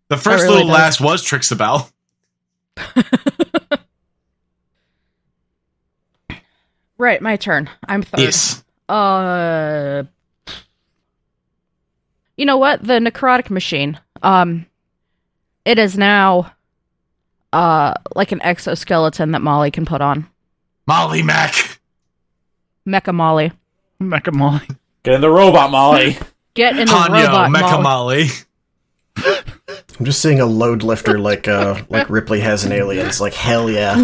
The first really little does. lass was Trixabelle. Right, my turn. I'm third. Yes. Uh, you know what? The necrotic machine. Um, it is now, uh, like an exoskeleton that Molly can put on. Molly Mac. Mecha Molly, Mecha Molly. Get in the robot, Molly. get in the Hanyo, robot. Mecha Molly. Molly. I'm just seeing a load lifter like uh like Ripley has in Aliens. Like hell yeah.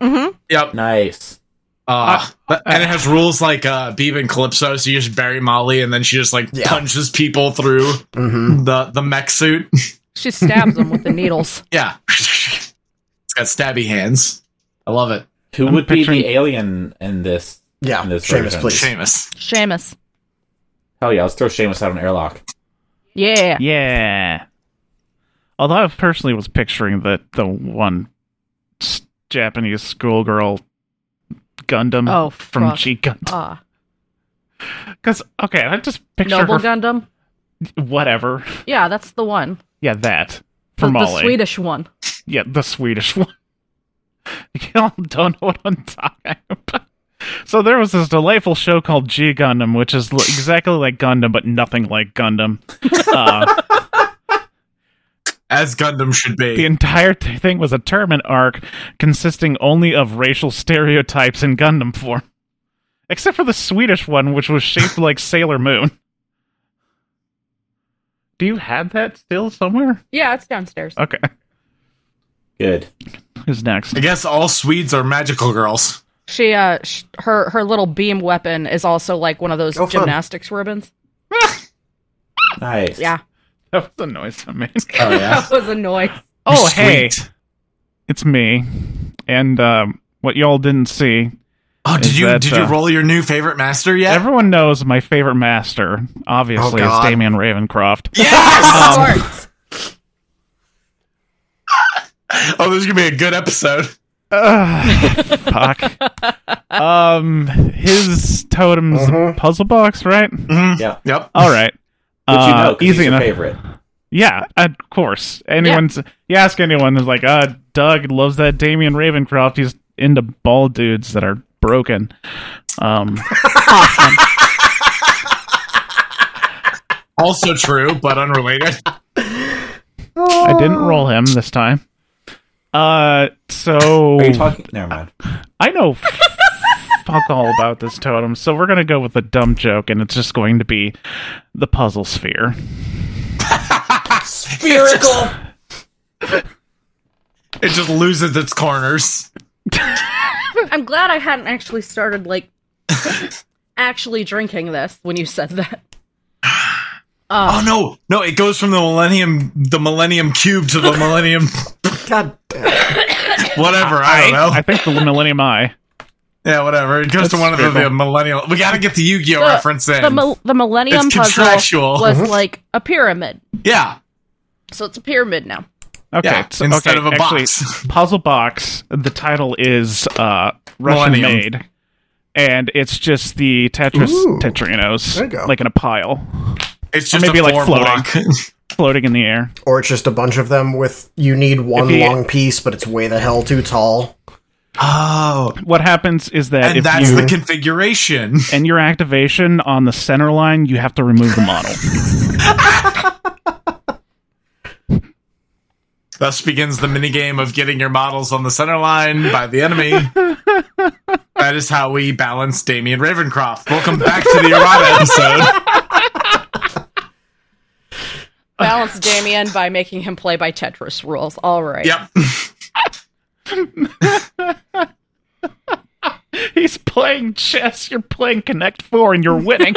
Mhm. Yep. nice. Uh, but- and it has rules like uh, Beeb and Calypso, so you just bury Molly, and then she just like Yeah. punches people through Mm-hmm. the the mech suit. She stabs them with the needles. yeah, it's got stabby hands. I love it. Who I'm would be picturing- the alien in this? Yeah, In this Seamus, version. please. Seamus. Seamus. Hell yeah, let's throw Seamus out an airlock. Yeah. Yeah. Although I personally was picturing the the one s- Japanese schoolgirl Gundam Oh, from fuck. G Gundam. Ah, Because okay, I just picture Noble her Gundam. whatever. Yeah, that's the one. Yeah, that The, for the Molly. Swedish one. yeah, the Swedish one. Y'all don't know what I'm talking about. So there was this delightful show called G Gundam, which is li- exactly like Gundam, but nothing like Gundam. Uh, As Gundam should be. The entire t- thing was a tournament arc consisting only of racial stereotypes in Gundam form. Except for the Swedish one, which was shaped like Sailor Moon. Do you have that still somewhere? Yeah, it's downstairs. Okay. Good. Who's next? I guess all Swedes are magical girls. She uh, sh- her her little beam weapon is also like one of those Oh, fun. gymnastics ribbons. Nice. Yeah, That was the noise I made. Oh that was a noise. Oh, hey. It's me. And um, what y'all didn't see Oh, did Is you that, did you uh, roll your new favorite master yet? Everyone knows my favorite master, obviously, Oh, is God. Damien Ravencroft. Of course. oh, this is gonna be a good episode. Ugh, fuck. Um, his totem's a Mhm. puzzle box, right? Mm-hmm. Mhm. Yeah. Yep. All right. Which you know, Uh, 'cause he's your favorite. Yeah, of course. Anyone's you ask anyone is like, uh, Doug loves that Damien Ravencroft. He's into bald dudes that are broken. Um, Also true, but unrelated. I Oh. didn't roll him this time. Uh, so Are you talking? Never mind. I know f- fuck all about this totem, so we're gonna go with a dumb joke, and it's just going to be the puzzle sphere. Spherical. It just loses its corners. I'm glad I hadn't actually started like actually drinking this when you said that. Oh no, no! It goes from the millennium, the millennium cube to the millennium, God damn. whatever. I, don't know. I think the Millennium Eye. yeah, whatever. It goes to That's one of the, the spiritual. millennial. We got to get the Yu-Gi-Oh The- reference in. The mil- the Millennium It's Puzzle contractual. was like a pyramid, yeah, so it's a pyramid now. Okay, yeah. so- Instead okay, of a actually, box. Puzzle Box. The title is uh, Russian Millennium. made, and it's just the Tetris Ooh. Tetrinos, There you go. like in a pile, It's just maybe, a like, floor floating. block. floating in the air. Or it's just a bunch of them with you need one If you- long piece, but it's way the hell too tall. Oh, What happens is that and if that's you the configuration. and your activation on the center line, you have to remove the model. Thus begins the minigame of getting your models on the center line by the enemy. that is how we balance Damien Ravencroft. Welcome back to the Errata episode. Balance Damien by making him play by Tetris rules. All right. Yep. He's playing chess. You're playing Connect Four, and you're winning.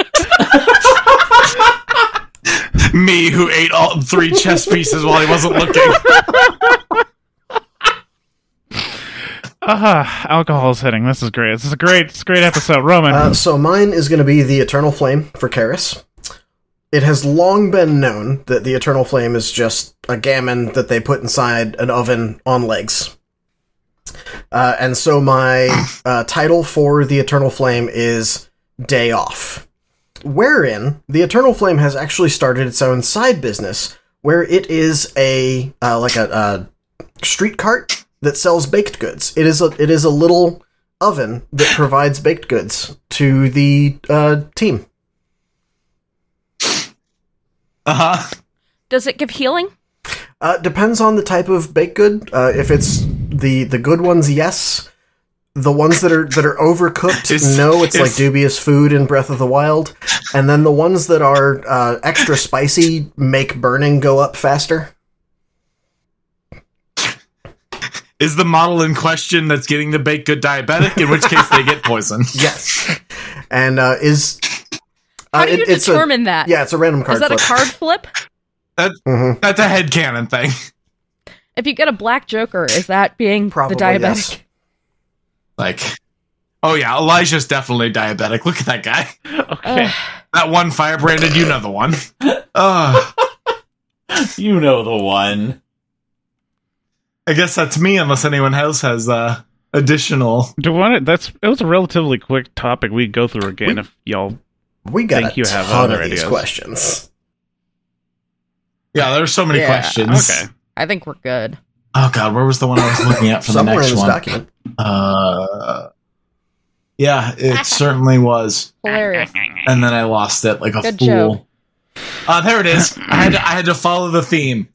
Me who ate all three chess pieces while he wasn't looking. Ah, alcohol's hitting. This is great. This is a great, it's a great episode, Roman. Uh, so mine is going to be the Eternal Flame for Karis. It has long been known that the Eternal Flame is just a gammon that they put inside an oven on legs. Uh, and so my uh, title for the Eternal Flame is Day Off, wherein the Eternal Flame has actually started its own side business where it is a uh, like a uh, street cart that sells baked goods. It is a it is a little oven that provides baked goods to the uh, team. Uh huh. Does it give healing? Uh, depends on the type of baked good. Uh, if it's the the good ones, yes. The ones that are that are overcooked, Is- no. It's like is- dubious food in Breath of the Wild, and then the ones that are uh, extra spicy make burning go up faster. Is the model in question that's getting the baked good diabetic? In which case they get poisoned. Yes. And uh, is How uh, do you it- it's a- determine that? yeah, it's a random card. Is that a flip. card flip? Mhm. That's a headcanon thing. If you get a black joker, is that being Probably, the diabetic? yes. Like, oh yeah, Elijah's definitely diabetic. Look at that guy. Okay. Ugh. That one firebranded, you know the one. Uh, You know the one. I guess that's me, unless anyone else has uh, additional. Do you want it? That's it was a relatively quick topic. We go through again if y'all. We got Think a you have ton other of these ideas. questions. Yeah, there's so many Yeah, questions. Okay. I think we're good. Oh god, where was the one I was looking at for the Somewhere next in this one? document. Uh, yeah, it certainly was, Hilarious. and then I lost it like a Good fool. Uh, there it is. I had to, I had to follow the theme.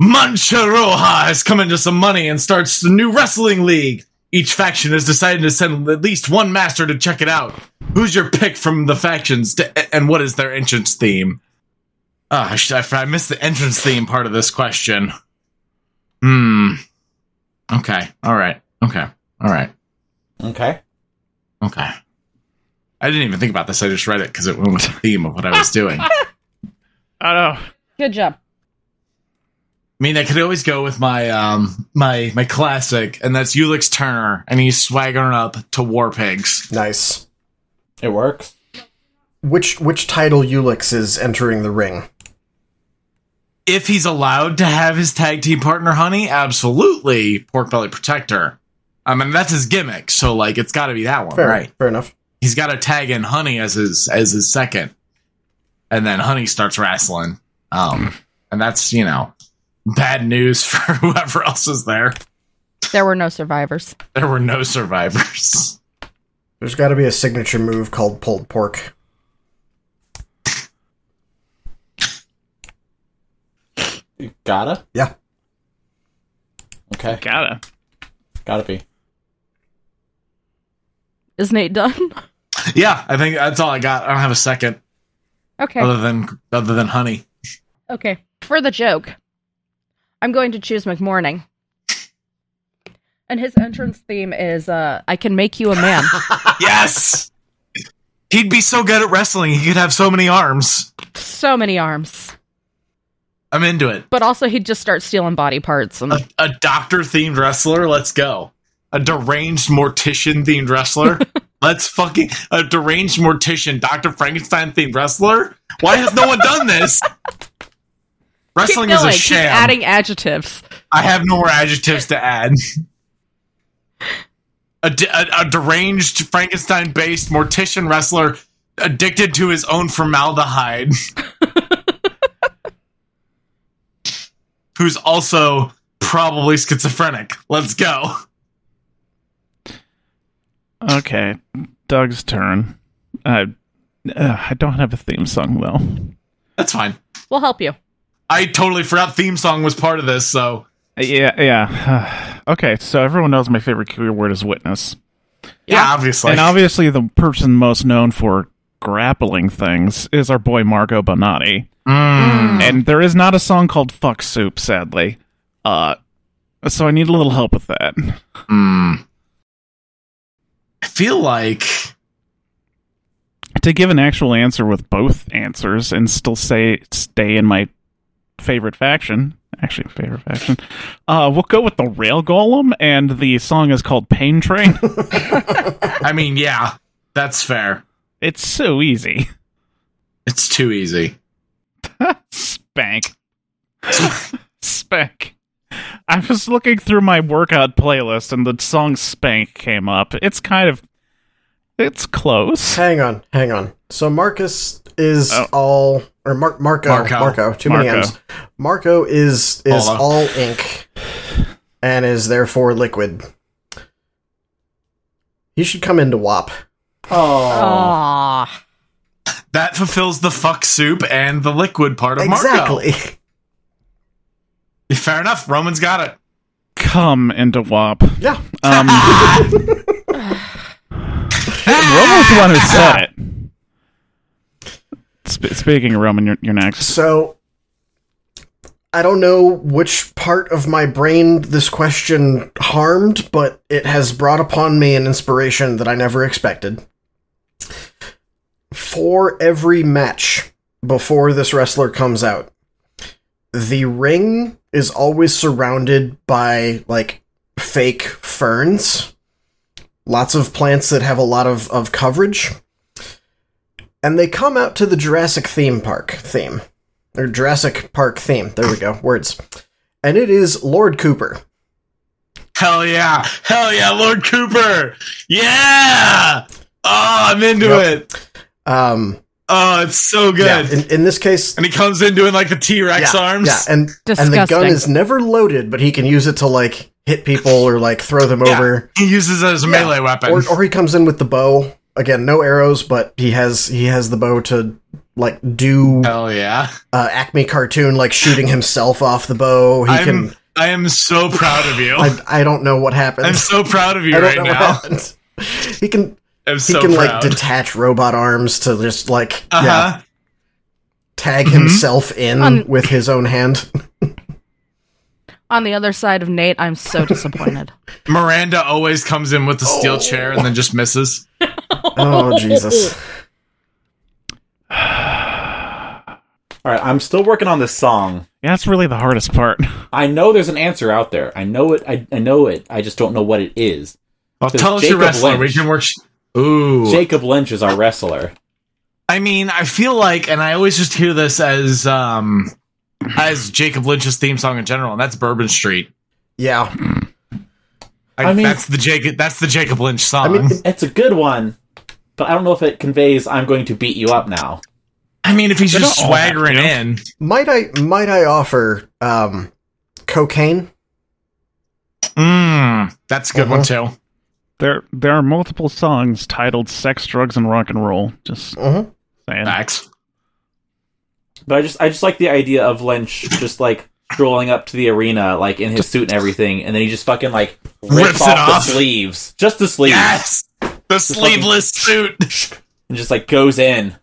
Mancha Roja has come into some money and starts the new wrestling league. Each faction has decided to send at least one master to check it out. Who's your pick from the factions, to, and what is their entrance theme? Ah, I, should- I missed the entrance theme part of this question. Hmm. Okay. All right. Okay. All right. Okay. Okay. I didn't even think about this. I just read it because it went with the theme of what I was doing. I I know. Good job. mean, I could always go with my um my my classic, and that's Ulix Turner, and he's swaggering up to War Pigs. Nice. It works. Which which title Ulix is entering the ring? If he's allowed to have his tag team partner, Honey, absolutely Pork Belly Protector. I mean, that's his gimmick, so like it's got to be that one, Fair, right? fair enough. He's got to tag in Honey as his as his second, and then Honey starts wrestling. Um, and that's you know bad news for whoever else is there. There were no survivors. There were no survivors. There's got to be a signature move called pulled pork. You gotta? Yeah. Okay. Gotta. Gotta be. Is Nate done? Yeah, I think that's all I got. I don't have a second Okay. other than other than honey. Okay. For the joke, I'm going to choose McMorning. And his entrance theme is uh, I Can Make You a Man. yes. He'd be so good at wrestling. He could have so many arms. so many arms. I'm into it. But also, he'd just start stealing body parts. And A, a doctor themed wrestler. Let's go. A deranged mortician themed wrestler. Let's fucking a deranged mortician, Doctor Frankenstein themed wrestler. Why has no one done this? keep Wrestling going. is a keep sham. adding adjectives. I have no more adjectives to add. A, de- a, a deranged Frankenstein based mortician wrestler addicted to his own formaldehyde. Who's also probably schizophrenic. Let's go. Okay. Doug's turn. Uh, uh, I don't have a theme song though. That's fine. We'll help you. I totally forgot theme song was part of this, so Yeah. Yeah. okay. So everyone knows my favorite keyword is witness. yeah, obviously. and obviously, the person most known for grappling things is our boy Marco Bonatti. Mm. And there is not a song called "Fuck Soup," sadly. Uh, so I need a little help with that. Mm. I feel like To give an actual answer with both answers and still say stay in my favorite faction, actually favorite faction, uh, we'll go with the Rail Golem, and the song is called "Pain Train." I mean, yeah, that's fair. it's so easy. It's too easy. Spank. Spank. I was looking through my workout playlist and the song Spank came up. It's kind of. It's close. Hang on, hang on. So Marcus is Oh. all or Mar- Marco, Marco. Marco too many Marco. M's. Marco is is Hola. all ink and is therefore liquid. He should come into WAP. Oh. Aww. That fulfills the fuck soup and the liquid part of Exactly. Marco. Fair enough. Roman's got it. Come into WAP. Yeah. Um, Roman's the one who said it. Sp- speaking of Roman, you're, you're next. So I don't know which part of my brain this question harmed, but it has brought upon me an inspiration that I never expected. For every match before this wrestler comes out, the ring is always surrounded by like fake ferns, lots of plants that have a lot of, of coverage. And they come out to the Jurassic theme park theme or Jurassic Park theme. There we go. Words. And it is Lord Cooper. Hell yeah. Hell yeah, Lord Cooper. Yeah. Oh, I'm into Yep. it. Um, Oh, it's so good. yeah, in, in this case, and he comes in doing like the T Rex yeah, arms. Yeah, and and the gun Disgusting. is never loaded, but he can use it to like hit people or like throw them Yeah, over, He uses it as a Yeah. melee weapon. or or he comes in with the bow. Again, no arrows, but he has he has the bow to like do Hell yeah. uh, Acme cartoon like shooting himself off the bow. He I'm can. I am so proud of you. I, I don't know what happens. I'm so proud of you I right don't know now. what happens. He can I'm he so can proud. like detach robot arms to just like uh-huh. Mm-hmm. yeah tag himself in Um, with his own hand. On the other side of Nate, I'm so disappointed. Miranda always comes in with the steel Oh. chair and then just misses. Oh Jesus! All right, I'm still working on this song. Yeah, that's really the hardest part. I know there's an answer out there. I know it. I, I know it. I just don't know what it is. Well, Says tell us Jacob your wrestler. We Lynch. can work. Ooh. Jacob Lynch is our wrestler. I mean, I feel like, and I always just hear this as um as Jacob Lynch's theme song in general, and that's Bourbon Street. Yeah, I, I mean- that's the Jacob. That's the Jacob Lynch song. I I mean, mean, It's a good one, but I don't know if it conveys "I'm going to beat you up now." if he's They just don't all have swaggering to. in, might I might I offer um, cocaine? mm, that's a good one Uh-huh. too. There, there are multiple songs titled "Sex, Drugs, and Rock and Roll." Just Mhm. saying. Facts. But I just I just like the idea of Lynch just like strolling up to the arena like in his suit and everything, and then he just fucking like rips, Rips it off, off. the sleeves, just the sleeves, Yes, the sleeveless suit. and just like goes in.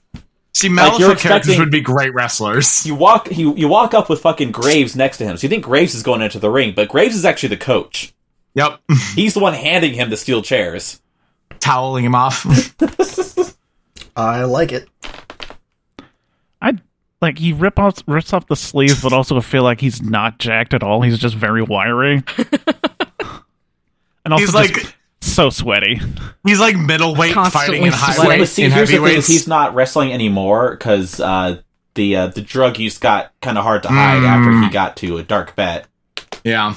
See, Like, you're Malifaux characters expecting- would be great wrestlers. You walk you you walk up with fucking Graves next to him, so you think Graves is going into the ring, but Graves is actually the coach. Yep, He's the one handing him the steel chairs. toweling him off. I like it. I like he rip off, rips off the sleeves, but also feel like he's not jacked at all. He's just very wiry, and also He's just like- so sweaty. He's like middleweight Constantly fighting in Well, Well, high sweating. but weight see, in here's the thing: is heavyweights. he's not wrestling anymore because uh, the uh, the drug use got kind of hard to hide Mm. after he got to a dark bet. yeah,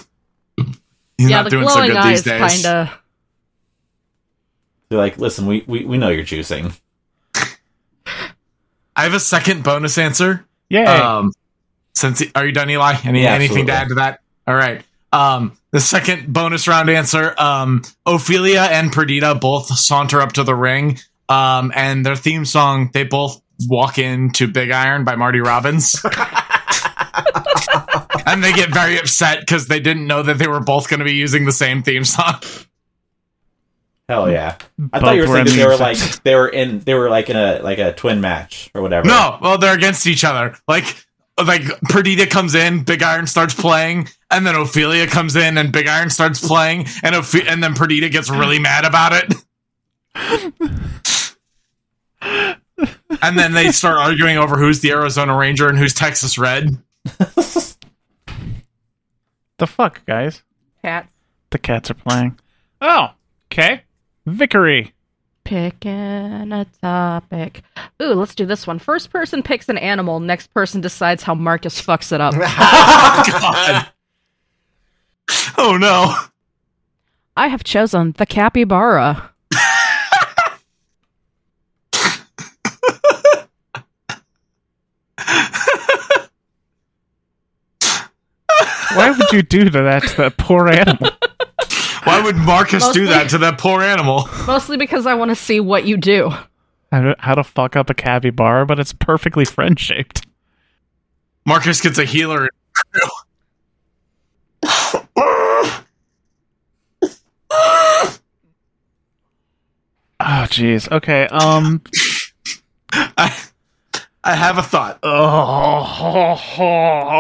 he's yeah, not the doing so glowing good eyes these days. kind of. They're like, "Listen, we, we, we know you're juicing." I have a second bonus answer. Yay! Um, since are you done, Eli? Any Yeah, anything absolutely. to add to that? All right. Um, the second bonus round answer. Um, Ophelia and Perdita both saunter up to the ring. Um, and their theme song. They both walk into Big Iron by Marty Robbins. and they get very upset because they didn't know that they were both going to be using the same theme song. Mm. Hell yeah! Both I thought you were were in saying the that they were like music. they were in they were like in a like a twin match or whatever. No, well, they're against each other. Like, like Perdita comes in, Big Iron starts playing, and then Ophelia comes in, and Big Iron starts playing, and Ophe- and then Perdita gets really mad about it. and then they start arguing over who's the Arizona Ranger and who's Texas Red. the fuck, guys! Cat The cats are playing. Oh, okay. Vickery. picking a topic. Ooh, let's do this one. First person picks an animal. Next person decides how Marcus fucks it up. God. oh no. I have chosen the capybara. Why would you do to that to that poor animal? Why would Marcus Mostly- do that to that poor animal? Mostly because I want to see what you do. How to, how to fuck up a capybara, but it's perfectly friend shaped. Marcus gets a healer. Oh, jeez. Okay. Um. I, I have a thought. Oh.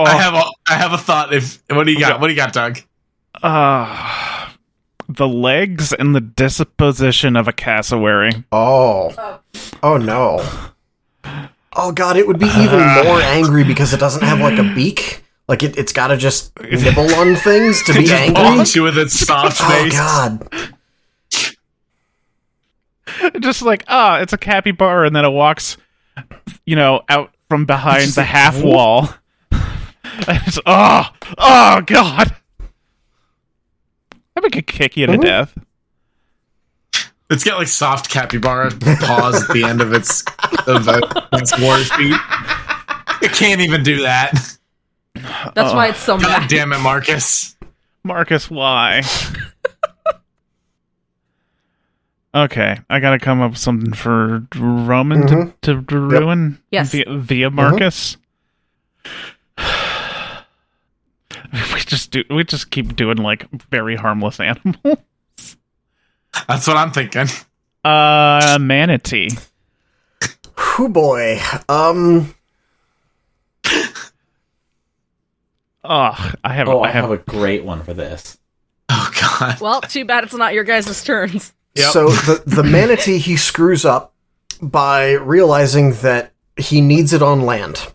I have a I have a thought. If what do you got? What do you got, Doug? Uh, the legs and the disposition of a cassowary. Oh. Oh no. Oh god, it would be even more angry because it doesn't have like a beak. Like it, it's got to just nibble on things to be Just angry. bonks you with its soft Oh face. god. Just like, ah, it's a capybara, and then it walks, you know, out from behind the half wall. And it's, oh, oh, God. I think it could kick you to death. It's got like soft capybara paws at the end of its of uh, its war feet. It can't even do that. That's Oh. why it's so God mad. damn it, Marcus. Marcus, why? okay, I gotta come up with something for Roman Mhm. to, to, to ruin. Yes. Via, via Marcus. we just do. We just keep doing like very harmless animal. That's what I'm thinking. Uh, manatee. Whoo boy. Um Ugh, I have. Oh, I have. a great one for this. Oh god. Well, too bad it's not your guys' turns. Yep. So the the manatee he screws up by realizing that he needs it on land,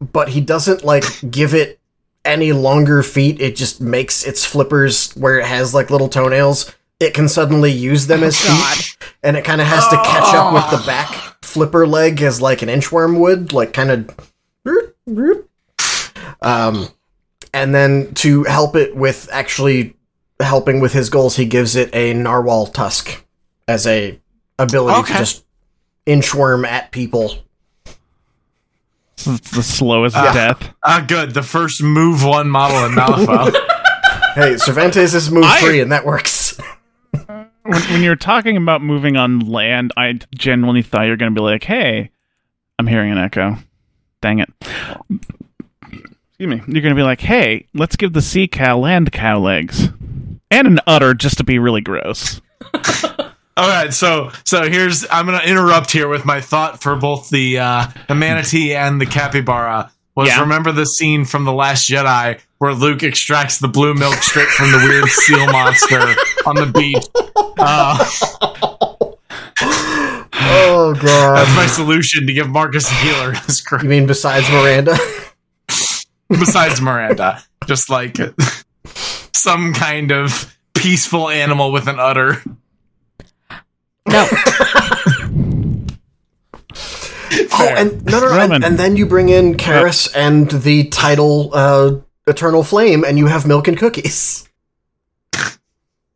but he doesn't like give it any longer feet. It just makes its flippers where it has like little toenails. It can suddenly use them as feet, and it kind of has to catch up with the back flipper leg as like an inchworm would, like kind of. Um, and then to help it with actually helping with his goals, he gives it a narwhal tusk as a ability Okay. to just inchworm at people. this is the slowest death. Ah, good. The first move one model in Malifaux. Hey, Cervantes is move I- three, and that works. When, when you're talking about moving on land, I genuinely thought you're gonna be like, "Hey, I'm hearing an echo." Dang it. Excuse me. You're gonna be like, "Hey, let's give the sea cow and cow legs, and an udder, just to be really gross." All right, so so here's I'm going to interrupt here with my thought for both the uh, the manatee and the capybara. Was Yeah. remember the scene from the Last Jedi where Luke extracts the blue milk straight from the weird seal monster on the beach? Uh, Oh that's god! my solution to give Marcus a healer. Is You cr- mean besides Miranda? besides Miranda, just like some kind of peaceful animal with an udder. No. Oh, and no, no, no, and, Roman. and then you bring in Karis and the title uh, Eternal Flame, and you have milk and cookies.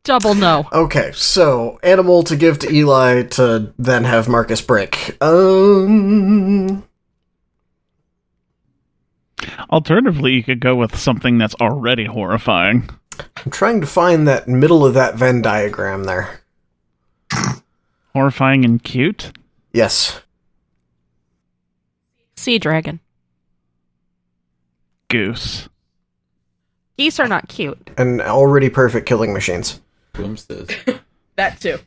Double no. Okay, so animal to give to Eli to then have Marcus break. Um, Alternatively, you could go with something that's already horrifying. I'm trying to find that middle of that Venn diagram there. Horrifying and cute? Yes. Sea dragon. Goose. Geese are not cute. And already perfect killing machines. Boomsters. That too.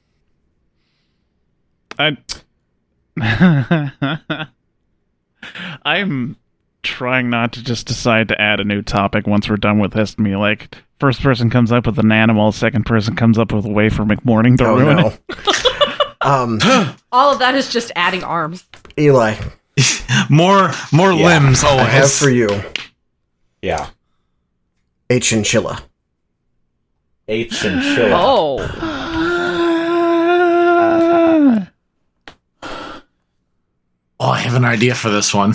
I. I'm trying not to just decide to add a new topic once we're done with this. Me like first person comes up with an animal, second person comes up with a way for McMorning to Oh ruin no. it. um, All of that is just adding arms. Eli, More more Yeah, limbs I always. have for you yeah. a chinchilla. A chinchilla. Oh, oh, I have an idea for this one.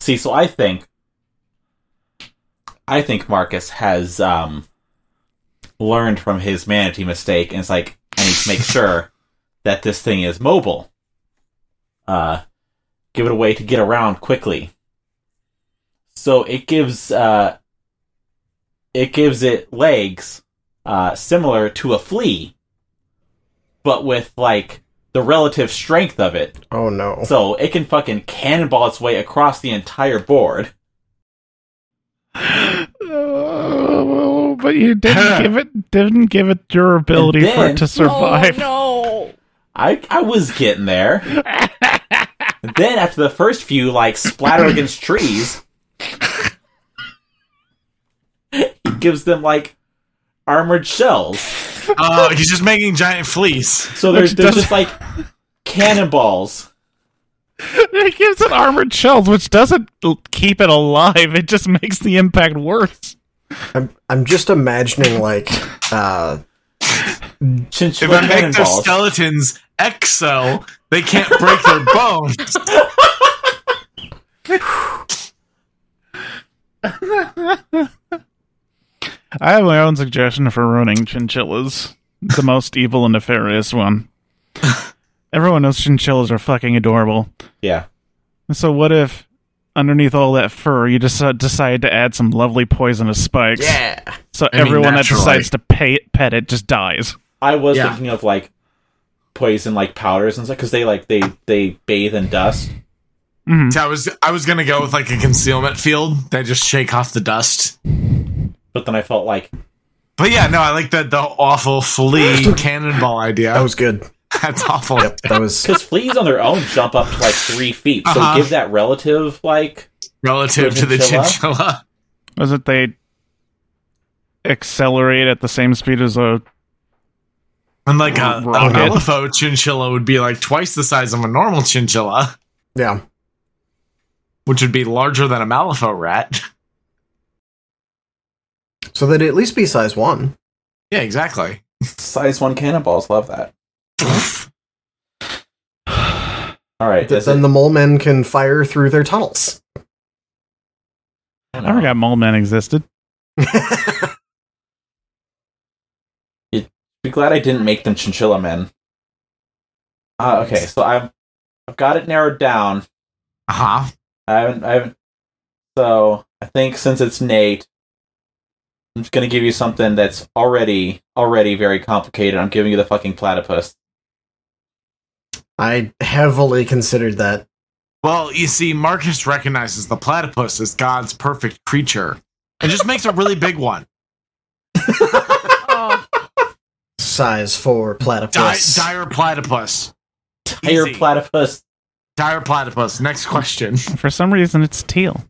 See, so I think I think Marcus has um learned from his manatee mistake and it's like I need to make sure that this thing is mobile. Uh give it a way to get around quickly. So it gives uh it gives it legs uh similar to a flea but with like the relative strength of it Oh no. so it can fucking cannonball its way across the entire board. Oh, but you didn't give it didn't give it durability for then- Oh, it to survive. Oh, I I was getting there. then after the first few like splatter against trees, he gives them like armored shells. Oh, he's just making giant fleas. So there's Which there's doesn't- just like cannonballs. it gives it armored shells, which doesn't l- keep it alive. It just makes the impact worse. I'm I'm just imagining like uh If Chinchilla I make their cannonballs. skeletons exo, they can't break their bones. I have my own suggestion for ruining chinchillas. The most evil and nefarious one. Everyone knows chinchillas are fucking adorable. yeah. So what if underneath all that fur, you just uh, decide to add some lovely poisonous spikes? yeah. So I mean, everyone that naturally. decides to pay, pet it just dies. I was Yeah. thinking of like poison like powders and stuff because they like they they bathe in dust. hmm I was I was gonna go with like a concealment field that just shake off the dust. But then I felt like But yeah, no, I like the the awful flea cannonball idea. That was good. That's awful. Yep, that was because fleas on their own jump up to like three feet, so Uh-huh. give that relative like Relative The to the chinchilla? chinchilla. Was it they accelerate at the same speed as a? And like a, an Rocket. Alifo chinchilla would be like twice the size of a normal chinchilla, yeah. which would be larger than a Malifaux rat. So that at least be size one. Yeah, exactly. size one cannonballs. Love that. All right, Th- is then it- the mole men can fire through their tunnels. I don't I know. forgot mole men existed. Be glad I didn't make them chinchilla men. Uh, okay, so I'm I've got it narrowed down. Uh huh. I haven't I haven't. So I think since it's Nate, I'm just gonna give you something that's already already very complicated. I'm giving you the fucking platypus. I heavily considered that. Well, you see, Marcus recognizes the platypus as God's perfect creature and just makes a really big one. Oh, Size four Di- platypus. dire platypus. Higher Easy. platypus. Dire platypus. Next question. For some reason, it's teal.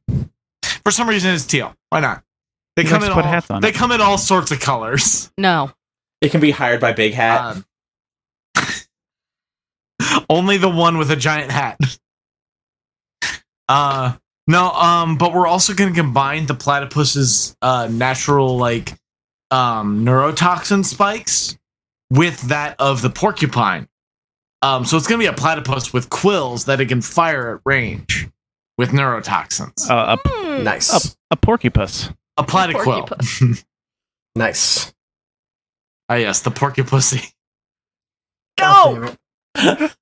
For some reason, it's teal. Why not? They He come likes in to put all, hats on They it. come in all sorts of colors. No. It can be hired by Big Hat. Um, only the one with a giant hat. Uh no, um, but we're also gonna combine the platypus's uh natural like um neurotoxin spikes with that of the porcupine. Um, so it's gonna be a platypus with quills that it can fire at range with neurotoxins. Uh, a hmm. nice. a porcupus. a platyquill. Nice. Ah yes, the porcupusy. God damn it.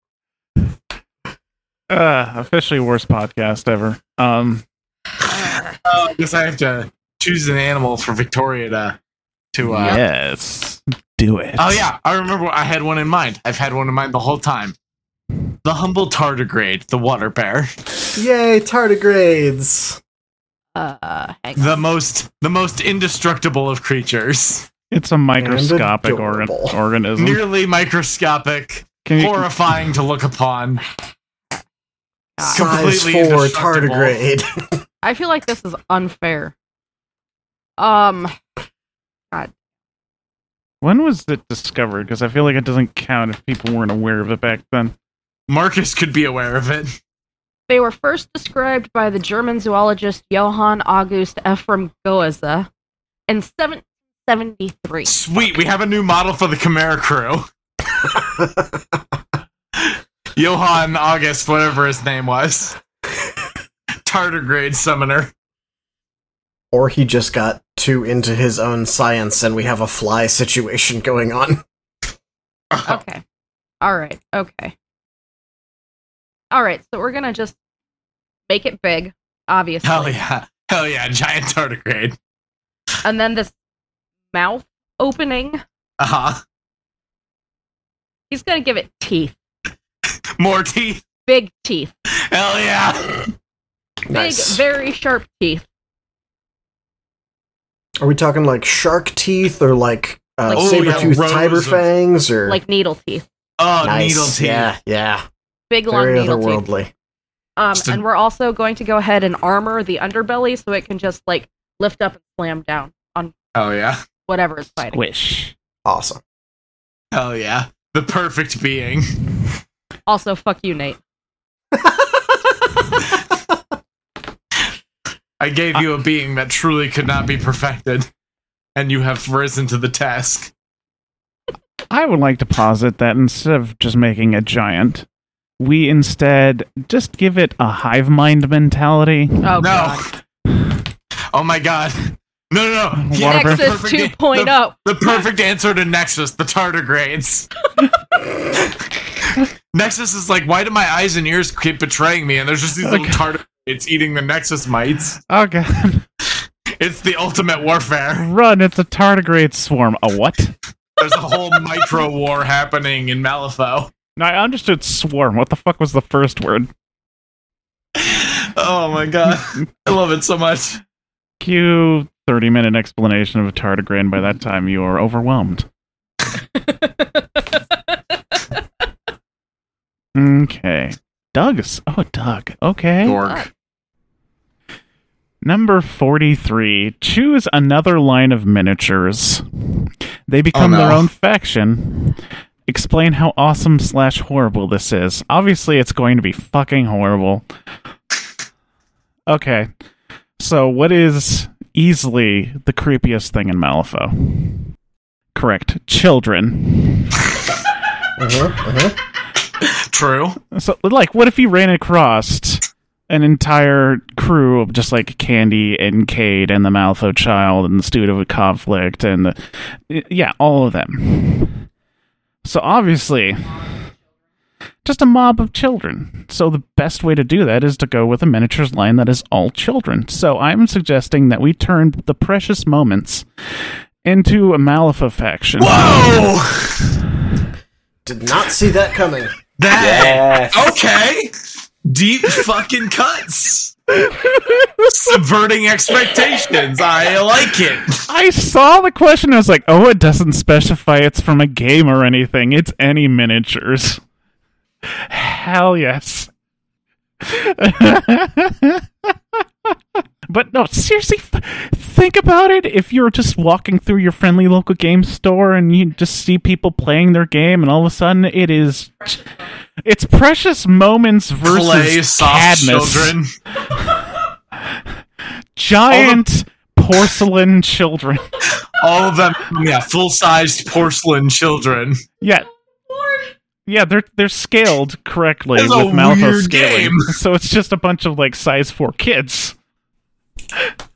Uh, officially worst podcast ever. Um, Oh, I guess I have to choose an animal for Victoria to to uh yes, do it. Oh yeah, I remember I had one in mind. I've had one in mind the whole time. The humble tardigrade, the water bear, Yay, tardigrades. Uh, hang on. the most the most indestructible of creatures. it's a microscopic organ- adorable. Mm-hmm. organism. Nearly microscopic, Can you- horrifying to look upon. God. Size Completely four indestructible. tardigrade. I feel like this is unfair. Um, when was it discovered? Because I feel like it doesn't count if people weren't aware of it back then. Marcus could be aware of it. they were first described by the German zoologist Johann August Ephraim Goeze in 1773. Sweet, we have a new model for the Chimera crew. Johann August, whatever his name was. Tardigrade summoner. or he just got too into his own science and we have a fly situation going on. Okay. All right. Okay. All right. So we're gonna just make it big, obviously. Hell yeah. Hell yeah, giant tardigrade. And then this mouth opening. Uh-huh. He's gonna give it teeth, More teeth. big teeth, Hell yeah. big, Nice. very sharp teeth. Are we talking like shark teeth or like uh, Like- Oh, saber tooth yeah, rows tiger of- fangs or like needle teeth, Oh, Nice, needle teeth. Yeah, yeah. big long Very needle teeth. otherworldly. Um, Just a- and we're also going to go ahead and armor the underbelly so it can just like lift up and slam down Oh yeah. whatever is fighting. Squish. Awesome. Oh yeah. The perfect being. Also, fuck you, Nate. I gave you a being that truly could not be perfected, and you have risen to the task. I would like to posit that instead of just making a giant, we instead just give it a hive mind mentality. Oh no. god. Oh my god. No, no, no. Water burn. Nexus oh. Perfect- oh. 2.0. The perfect answer to Nexus, the tardigrades. Nexus is like, why do my eyes and ears keep betraying me? And there's just these little Okay. tardigrades eating the Nexus mites. Oh god. It's the ultimate warfare. Run, it's a tardigrade swarm. A what? There's a whole micro war happening in Malifaux. No, I understood swarm. What the fuck was the first word? Oh my god. I love it so much. Cue 30 minute explanation of a tardigrade. By that time, you are overwhelmed. okay. Doug's. Oh, Doug. Okay. Dork. Number 43. Choose another line of miniatures. They become no. their own faction. Explain how awesome slash horrible this is. Obviously, it's going to be fucking horrible. Okay. So, what is easily the creepiest thing in Malifaux? Correct. Children. Mhm, mhm. True. So, like, what if you ran across an entire crew of just like Candy and Cade and the Malfo Child and the Student of Conflict and the, yeah, all of them. So obviously, just a mob of children. So the best way to do that is to go with a miniatures line that is all children. So I'm suggesting that we turn the precious moments into a Malifaux faction. Whoa! Did not see that coming. That Yes. okay. Deep fucking cuts. Subverting expectations. I like it. I saw the question. I was like, "Oh, it doesn't specify it's from a game or anything. It's any miniatures." Hell yes. but no, seriously, f- think about it. If you're just walking through your friendly local game store and you just see people playing their game, and all of a sudden it is, it's precious moments versus Play soft Cadmus children. giant porcelain children. All of them, yeah, full-sized porcelain children. Yeah. Yeah, they're they're scaled correctly That's a with Malifaux weird scaling. game. So it's just a bunch of like size four kids. It's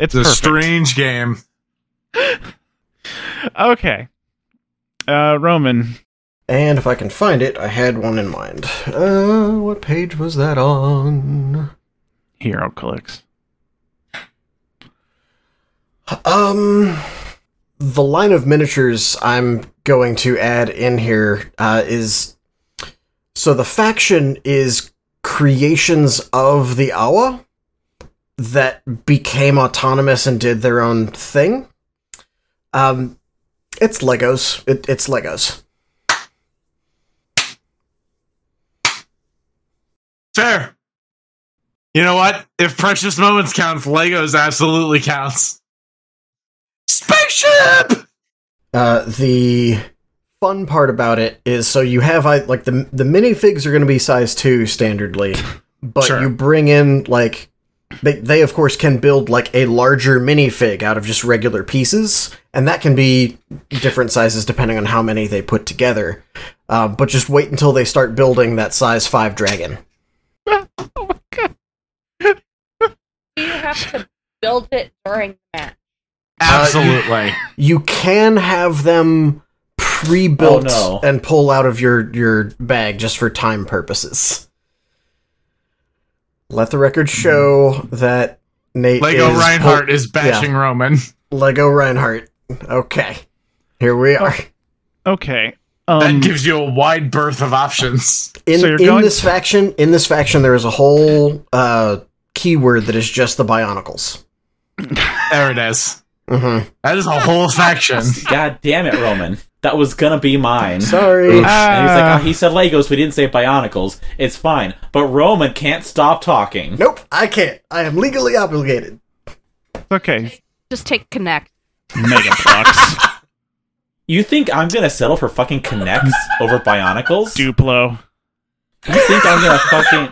It's a perfect. strange game. Okay. Uh Roman. And if I can find it, I had one in mind. Uh, what page was that on? Hero clicks. Um, the line of miniatures I'm going to add in here uh, is so the faction is creations of the Awa that became autonomous and did their own thing. Um, it's Legos. It, it's Legos. Fair. You know what? If precious moments counts, Legos absolutely counts. Spaceship. Uh, the fun part about it is so you have I like the the minifigs are going to be size two standardly, but Sure. you bring in like they they of course can build like a larger minifig out of just regular pieces, and that can be different sizes depending on how many they put together. Uh, but just wait until they start building that size five dragon. Oh my god. You have to build it during the match. Absolutely. You can have them pre-built Oh, no. and pull out of your your bag just for time purposes. Let the record show that Nate Lego is Reinhardt pull- is bashing Roman. Lego Reinhardt. Okay, here we Oh, are. Okay. that Um gives you a wide berth of options. In So you're in going this faction, in this faction, there is a whole uh, keyword that is just the Bionicles. There it is. Mm-hmm. Mhm. That is a whole faction. God damn it, Roman. That was gonna be mine. Sorry. and he's Uh. ah, like, oh, he said Legos, but he didn't say Bionicles. It's fine. But Roman can't stop talking. nope, I can't. I am legally obligated. "Ah." It's okay. Just take connect. Megaplucks, You think I'm gonna settle for fucking Connects over Bionicles? Duplo. You think I'm gonna fucking.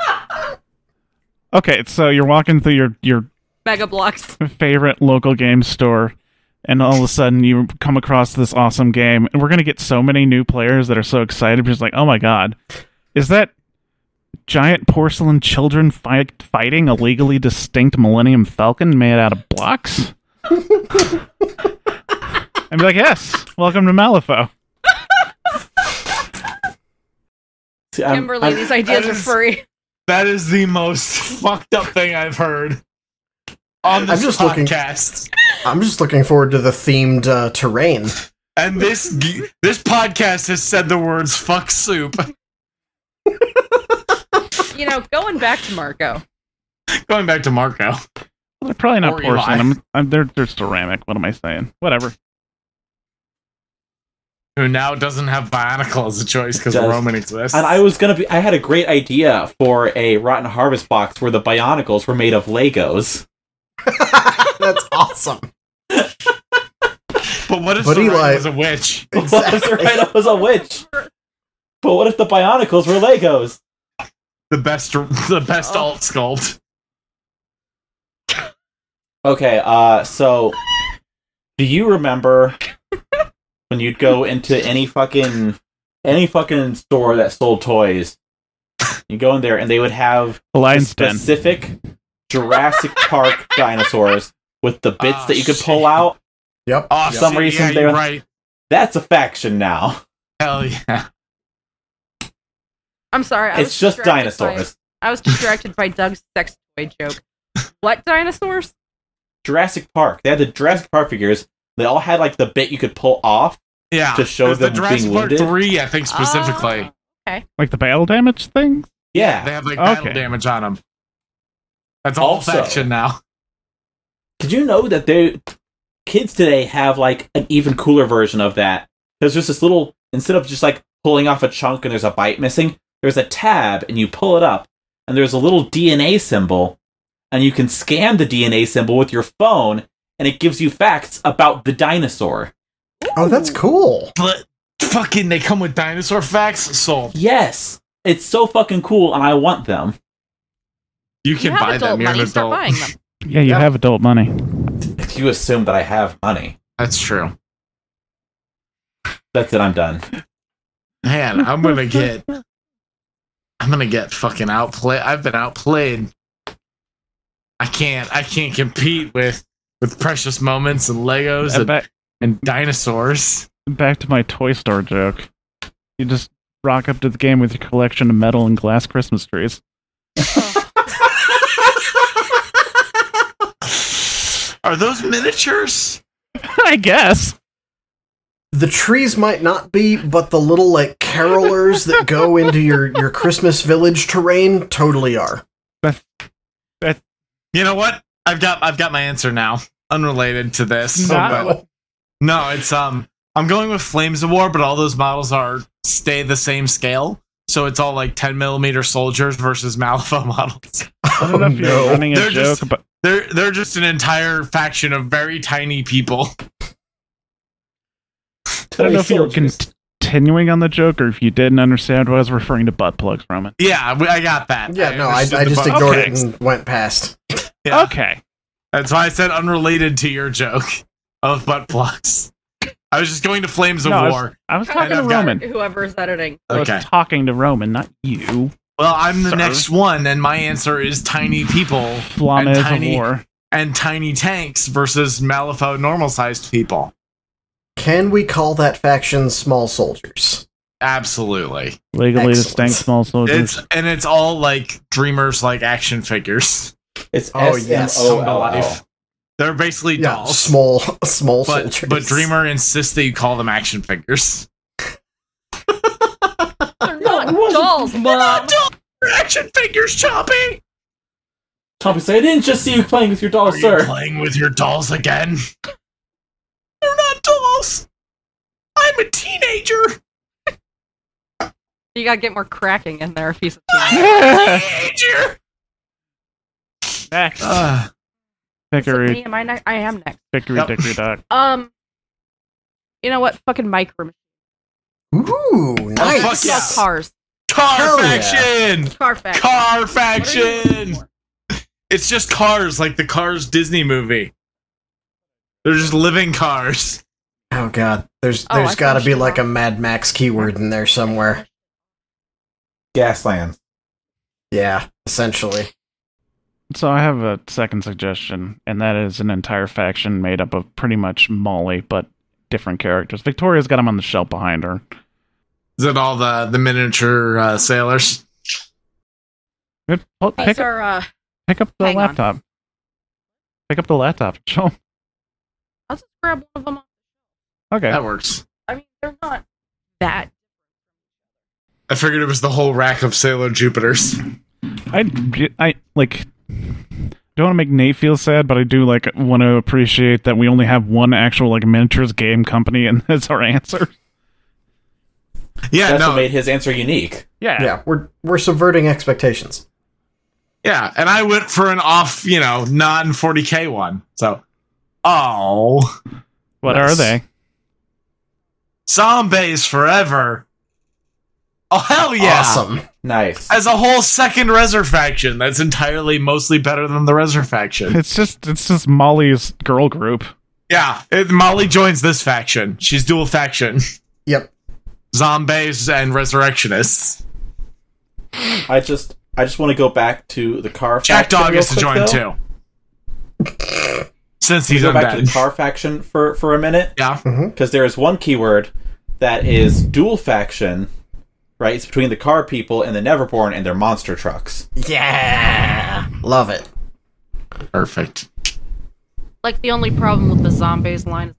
Okay, so you're walking through your your Mega blocks. favorite local game store, and all of a sudden you come across this awesome game, and we're gonna get so many new players that are so excited, just like, oh my god, is that giant porcelain children fight, fighting a legally distinct Millennium Falcon made out of blocks? and be like, yes, welcome to Malifaux. See, I'm- Kimberly, I'm- these ideas I are just- free. That is the most fucked up thing I've heard on this I'm just looking- podcast. I'm just looking forward to the themed uh, terrain. And this g- this podcast has said the words "fuck soup." You know, going back to Marco. Going back to Marco, They're probably not Or Eli. porcelain. I'm, I'm, they're, they're ceramic. What am I saying? Whatever. who now doesn't have Bionicle as a choice because Does- Roman exists. And I was gonna be. I had a great idea for a Rotten Harvest box where the Bionicles were made of Legos. That's awesome. but what if But Soraya Eli- was a witch? Exactly. What if Zoraida was a witch? But what if the Bionicles were Legos? The best, the best Oh. alt sculpt. Okay, uh, so do you remember when you'd go into any fucking any fucking store that sold toys? You go in there and they would have The the lion's den. specific Jurassic Park dinosaurs with the bits Ah, that you could shit. pull out. Yep. Oh, some shit, reason yeah, they you're were- right. That's a faction now. Hell yeah! I'm sorry. I It's was just distracted by- dinosaurs. I was distracted by Doug's sex toy joke. What dinosaurs? Jurassic Park. They had the Jurassic Park figures. They all had like the bit you could pull off. Yeah, To show There's the them being Jurassic Park wounded? three, I think specifically. Ah. Like the battle damage thing? Yeah. They have like battle Okay. damage on them. That's all Also- faction now. Did you know that they kids today have like an even cooler version of that? There's just this little instead of just like pulling off a chunk and there's a bite missing, there's a tab and you pull it up and there's a little DNA symbol and you can scan the DNA symbol with your phone and it gives you facts about the dinosaur. Oh, that's cool. But fucking, they come with dinosaur facts. So Yes. It's so fucking cool and I want them. you can have buy adult them. You're money, an start adult. buying them. Yeah, you Yep. have adult money. If you assume that I have money, That's true. that's it, I'm done. Man, I'm gonna get I'm gonna get fucking outplayed. I've been outplayed. I can't I can't compete with with precious moments and Legos Uh, and, back- and dinosaurs. back to my toy store joke. You just rock up to the game with your collection of metal and glass Christmas trees. Are those miniatures? I guess. The trees might not be, but the little like carolers that go into your your Christmas village terrain totally are. You know what? I've got I've got my answer now. Unrelated to this. No. but- Oh, No, it's um I'm going with Flames of War, but all those models are stay the same scale. So it's all like ten millimeter soldiers versus Malifaux models. I don't know if you're no. running a Oh, They're joke, just- but They're they're just an entire faction of very tiny people. I don't know if you're continuing on the joke or if you didn't understand what I was referring to butt plugs, Roman. Yeah, we- I got that. Yeah, no, I, understood I the just bu- ignored Okay. it and went past. Yeah. Okay. That's why I said unrelated to your joke of butt plugs. I was just going to Flames of No, was- War. I was talking to I've got- Roman. Whoever's editing. I was okay. talking to Roman, not you. Well, I'm the Sir. next one, and my answer is tiny people Flames of tiny- War. and tiny tanks versus Malifaux normal sized people. Can we call that faction small soldiers? Absolutely. Legally Excellent. distinct small soldiers. It's and it's all like dreamers like action figures. It's Oh, yes. SMOLL. Come to life. They're basically Oh. Yeah, dolls. small small but, soldiers. but Dreamer insists that you call them action figures. They're not dolls, Uh, mom. Uh, action figures, Choppy! Chompy, say, I didn't just see you playing with your doll, Are you Oh, sir. playing with your dolls again? else? I'm a teenager. You gotta get more cracking in there if he's. Teenager. Next. Uh, Is it Hickory, me? Am I, ne- I am next. hickory, Yep. dickory dock. Um, You know what? Fucking micro Ooh, nice. fuck no, yes. cars, car Hell yeah. faction. car factory. Car What are you looking faction. for? It's just cars, like the Cars Disney movie. They're just living cars. Oh god, there's Oh, there's I got to be finished it like a off. Mad Max keyword in there somewhere. Gasland. Yeah, essentially. So I have a second suggestion, and that is an entire faction made up of pretty much Molly, but different characters. Victoria's got him on the shelf behind her. Is it all the the miniature uh, sailors? Good. Well, These pick, up, are, uh, pick up the hang on. laptop. Pick up the laptop. Oh, Show 'em. I'll just grab one of them. Okay. That works. I mean, they're not that. I figured it was the whole rack of Sailor Jupiters. I, I like. Don't want to make Nate feel sad, but I do like want to appreciate that we only have one actual like miniatures game company, and that's our answer. Yeah, That's no, what made his answer unique. Yeah. we're we're subverting expectations. yeah. And I went for an off, you know, non 40k one. So, oh, What Nice. are they? zombies forever. Oh hell yeah! Awesome. Nice. As a whole second Reser faction, that's entirely mostly better than the Reser faction. It's just it's just Molly's girl group. Yeah, it, Molly joins this faction. She's dual faction, Yep. zombies and resurrectionists. I just I just want to go back to the car. Jack faction Dog real is to quick, join though. too, since Can we he's go back to the undead. car faction for for a minute yeah, Mm-hmm. because there is one keyword that is dual faction. Right, it's between the car people and the Neverborn and their monster trucks. Yeah, love it. perfect. Like the only problem with the zombies line is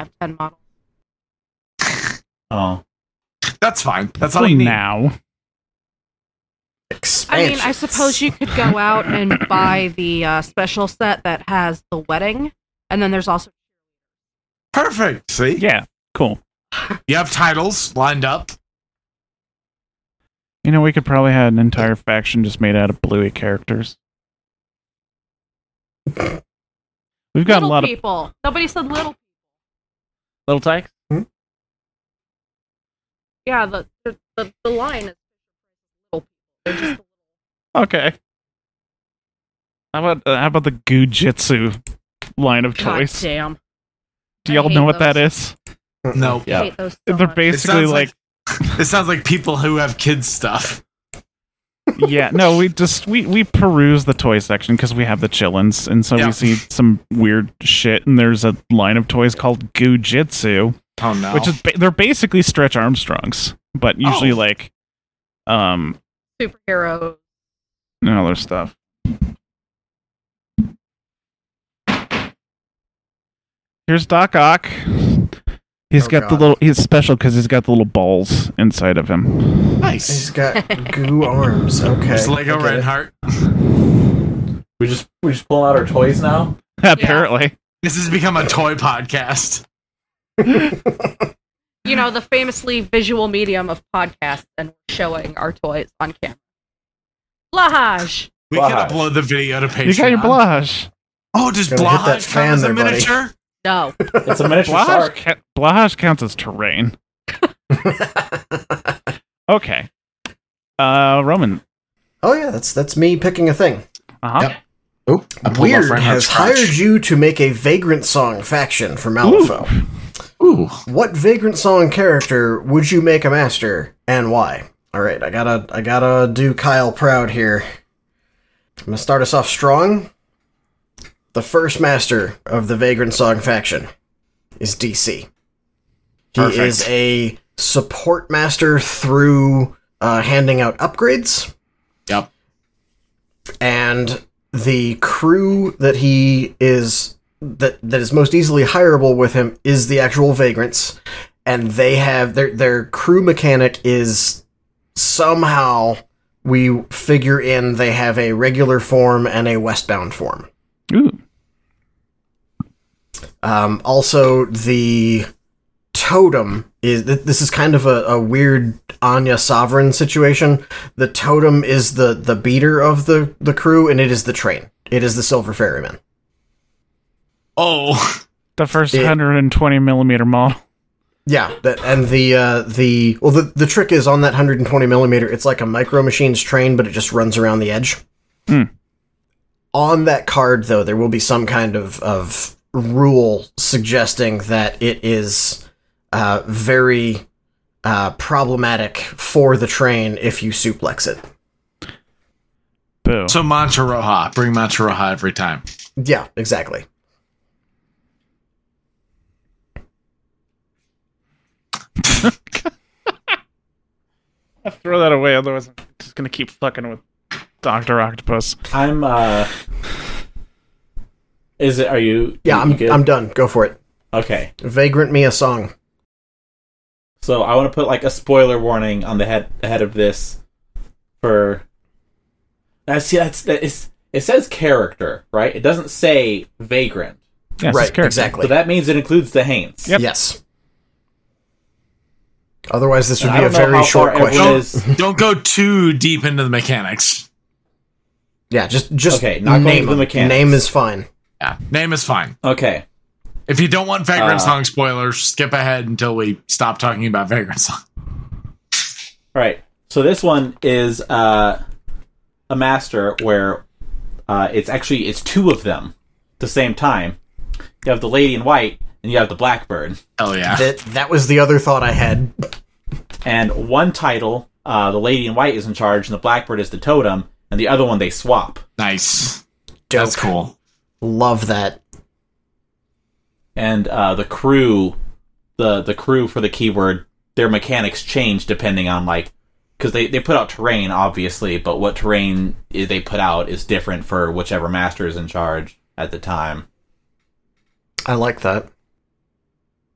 I have ten models. Oh, That's fine. That's all For you need. now. Expansion. I mean, I suppose you could go out and buy the uh, special set that has the wedding, and then there's also Perfect. See, Yeah. Cool. you have titles lined up. You know, we could probably have an entire faction just made out of bluey characters. We've got little a lot of people. Nobody said little. little tykes. Yeah, the the, the, the line is little. They're just Okay. How about uh, how about the Gujitsu line of choice? goddamn. Do y'all I hate know what that those. is? Mm-hmm. No, Yeah. I hate those. So They're much. It basically sounds like, it sounds like people who have kids stuff. yeah, no, we just we we peruse the toy section because we have the chillins, and so Yeah. we see some weird shit. And there's a line of toys called Gujitsu, Oh no, which is ba- they're basically Stretch Armstrongs, but usually Oh. like, um, superheroes. and all their stuff. Here's Doc Ock. He's Oh, got the God. little. He's special because he's got the little balls inside of him. He's nice. got goo arms. Okay. There's Lego I get it. Reinhardt. we just we just pulling out our toys now. Apparently, This has become a toy podcast. You know the famously visual medium of podcasts and showing our toys on camera. Blahage. We can Blahage. upload the video to Patreon. you got your blush. Oh, does Gotta hit that Blahage fan come as a there, buddy. miniature? No. It's a miniature Blush, shark. ca- blush counts as terrain. Okay. Uh, Roman. oh yeah, that's that's me picking a thing. Uh huh. Oh, I pulled off Weird Reinhardt's has crotch. hired you to make a vagrant song faction for Malifaux. Ooh. What vagrant song character would you make a master and why? All right, I gotta I gotta do Kyle proud here. I'm gonna start us off strong. The first master of the vagrant song faction is DC. He Perfect. is a support master through uh, handing out upgrades Yep. and the crew that he is that that is most easily hireable with him is the actual vagrants and they have their their crew mechanic is somehow we figure in they have a regular form and a westbound form Ooh. um, also the totem is th- this is kind of a, a weird Anya Sovereign situation. The totem is the the beater of the the crew, and it is the train. It is the Silver Ferryman. Oh, The first It- 120 millimeter model. Yeah, that and the uh, the well the the trick is on that 120 millimeter. It's like a micro machines train, but it just runs around the edge. Hmm. On that card, though, there will be some kind of of rule suggesting that it is uh, very uh, problematic for the train if you suplex it. Boo. so Mancha Roja. Bring Mancha Roja every time. Yeah, exactly. throw that away, otherwise I'm just gonna keep fucking with Doctor Octopus. I'm uh Is it are you Yeah, you I'm good? I'm done. Go for it. Okay. Vagrant me a song. So I want to put like a spoiler warning on the head ahead of this for I see that's that is it says character, right? It doesn't say vagrant. Yes, right, it's character. exactly. So that means it includes the Haints. Yep. Yes. Otherwise, this would And be I a don't know how very far short everyone question. is- Don't go too deep into the mechanics. Yeah, just just Okay, not going name to the them. mechanics. Name is fine. Yeah, name is fine. Okay. If you don't want Vagrant Uh, Song spoilers, skip ahead until we stop talking about Vagrant Song. All right. So this one is uh, a master where uh, it's actually it's two of them at the same time. You have the lady in white and you have the blackbird. Hell yeah. That that was the other thought I had. And one title, uh, the lady in white is in charge and the blackbird is the totem, and the other one they swap. Nice. Dope. That's cool. Love that. And uh, the crew, the the crew for the keyword, their mechanics change depending on like because they, they put out terrain obviously, but what terrain i- they put out is different for whichever master is in charge at the time. I like that.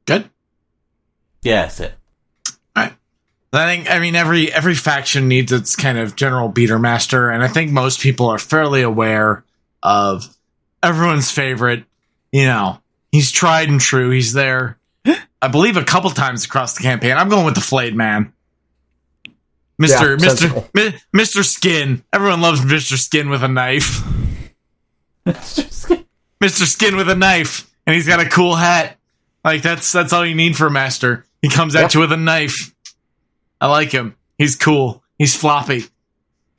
Good. Yes, it. I think I mean every every faction needs its kind of general beater master, and I think most people are fairly aware of everyone's favorite. You know, he's tried and true. He's there, I believe, a couple times across the campaign. I'm going with the flayed man, Mister Yeah, Mister sensible. Mi- Mister Skin. Everyone loves Mister Skin with a knife. Mister Skin with a knife, and he's got a cool hat. Like that's that's all you need for a master. He comes at Yep. you with a knife. I like him. He's cool. He's floppy.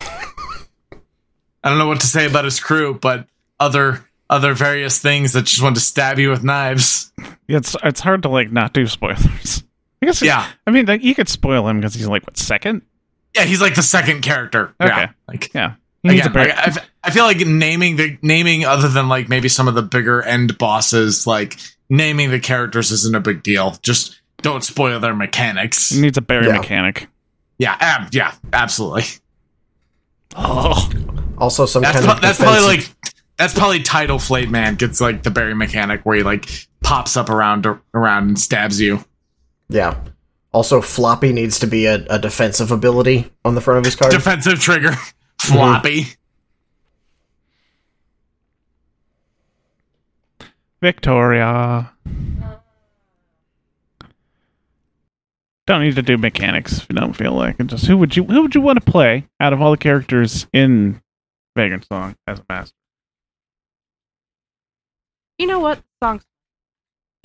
I don't know what to say about his crew, but other other various things that just want to stab you with knives. It's it's hard to like not do spoilers. I guess. Yeah. I mean, like, you could spoil him because he's like what second? Yeah, he's like the second character. Yeah. Okay. Like Yeah. He needs a again, like, break. I, f- I feel like naming the naming other than like maybe some of the bigger end bosses, like naming the characters isn't a big deal. Just don't spoil their mechanics. He needs a berry Yeah. mechanic. Yeah, ab- yeah, absolutely. Oh, Also, some That's kind pro- of that's defensive- probably like that's probably title flayed man gets like the Barry mechanic where he like pops up around around and stabs you. yeah. Also, floppy needs to be a, a defensive ability on the front of his card. Defensive trigger, floppy. Victoria. Don't need to do mechanics if you don't feel like it. Just who would you who would you want to play out of all the characters in Vagrant Song as a master? You know what? Songs.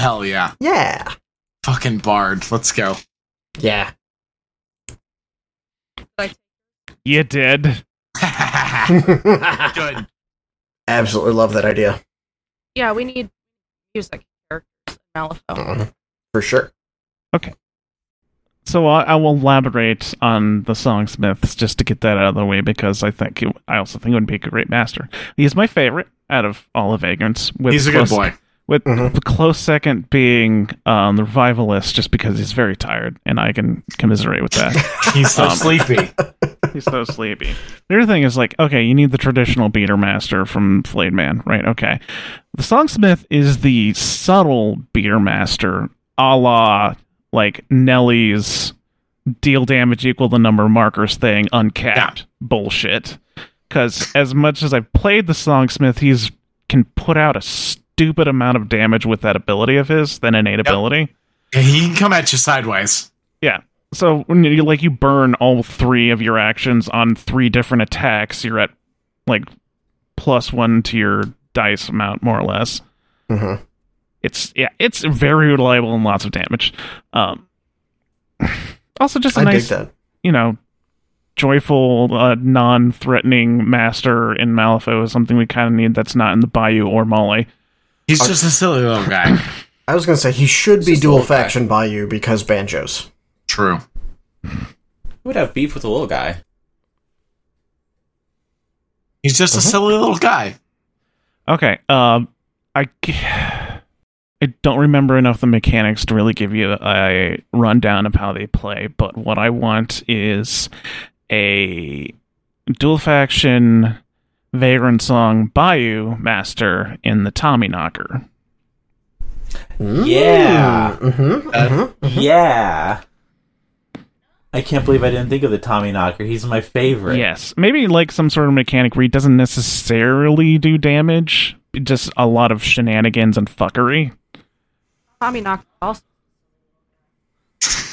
Hell yeah, yeah. fucking bard. Let's go. Yeah. You did. Good. Absolutely love that idea. Yeah, we need music characters in Malifaux. Mhm. For sure. So I, I will elaborate on the songsmiths just to get that out of the way because I think it, I also think it would be a great master. He is my favorite out of all of Vagrants. With He's a good close- boy. With Mhm. the close second being um, the revivalist, just because he's very tired, and I can commiserate with that. He's so Um, sleepy. He's so sleepy. The other thing is like, okay, you need the traditional beater master from Flayed Man, right? Okay. The Songsmith is the subtle beater master, a la like Nelly's deal damage equal the number of markers thing, uncapped bullshit. Cause as much as I've played the Songsmith, he's can put out a stupid amount of damage with that ability of his, then innate ability. Yeah, he can come at you sideways. So when you like you burn all three of your actions on three different attacks, you're at like plus one to your dice amount, more or less. Mhm. It's yeah, it's very reliable and lots of damage. Um, also, just a I dig nice that. you know, joyful, uh, non-threatening master in Malifaux is something we kind of need. That's not in the Bayou or Molly. He's just a silly little guy. I was gonna say he should be just a dual little guy. faction by you because banjos. True. Who would have beef with a little guy? He's just a silly little guy. Okay. Um, I g- I don't remember enough of the mechanics to really give you a rundown of how they play, but what I want is a dual faction vagrant song Bayou Master in the Tommy Knocker. Yeah. Mm. Mm-hmm. Yeah. I can't believe I didn't think of the Tommy Knocker. He's my favorite. Yes, maybe like some sort of mechanic where he doesn't necessarily do damage, just a lot of shenanigans and fuckery. Tommy knocked also.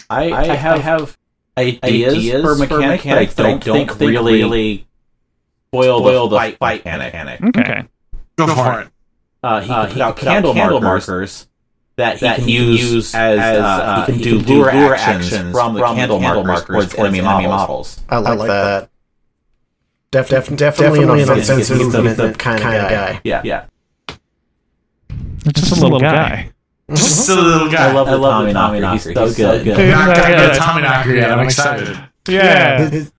I, I, have, have ideas, ideas for for mechanics, mechanics that I don't, think, really, boil, boil the the fight, fight mechanic. Okay. Go, for it. Uh, he, Uh, can he put out can put out candle, candle markers, markers that he that can he can use, use as, as, uh, uh, he can do lure, actions, from the candle, markers markers towards enemy models. I like, that. Def- def- definitely, definitely an an offensive offensive movement movement kind of kinda guy. Yeah, yeah. Just, a little, guy. Just a silly little guy. I love, I the love Tommy, Knocker. the Tommy He's Knocker. so He's so good. good. Dude, Not yeah, gonna yeah, go yeah. Tommy Knocker yet. I'm excited. His, his-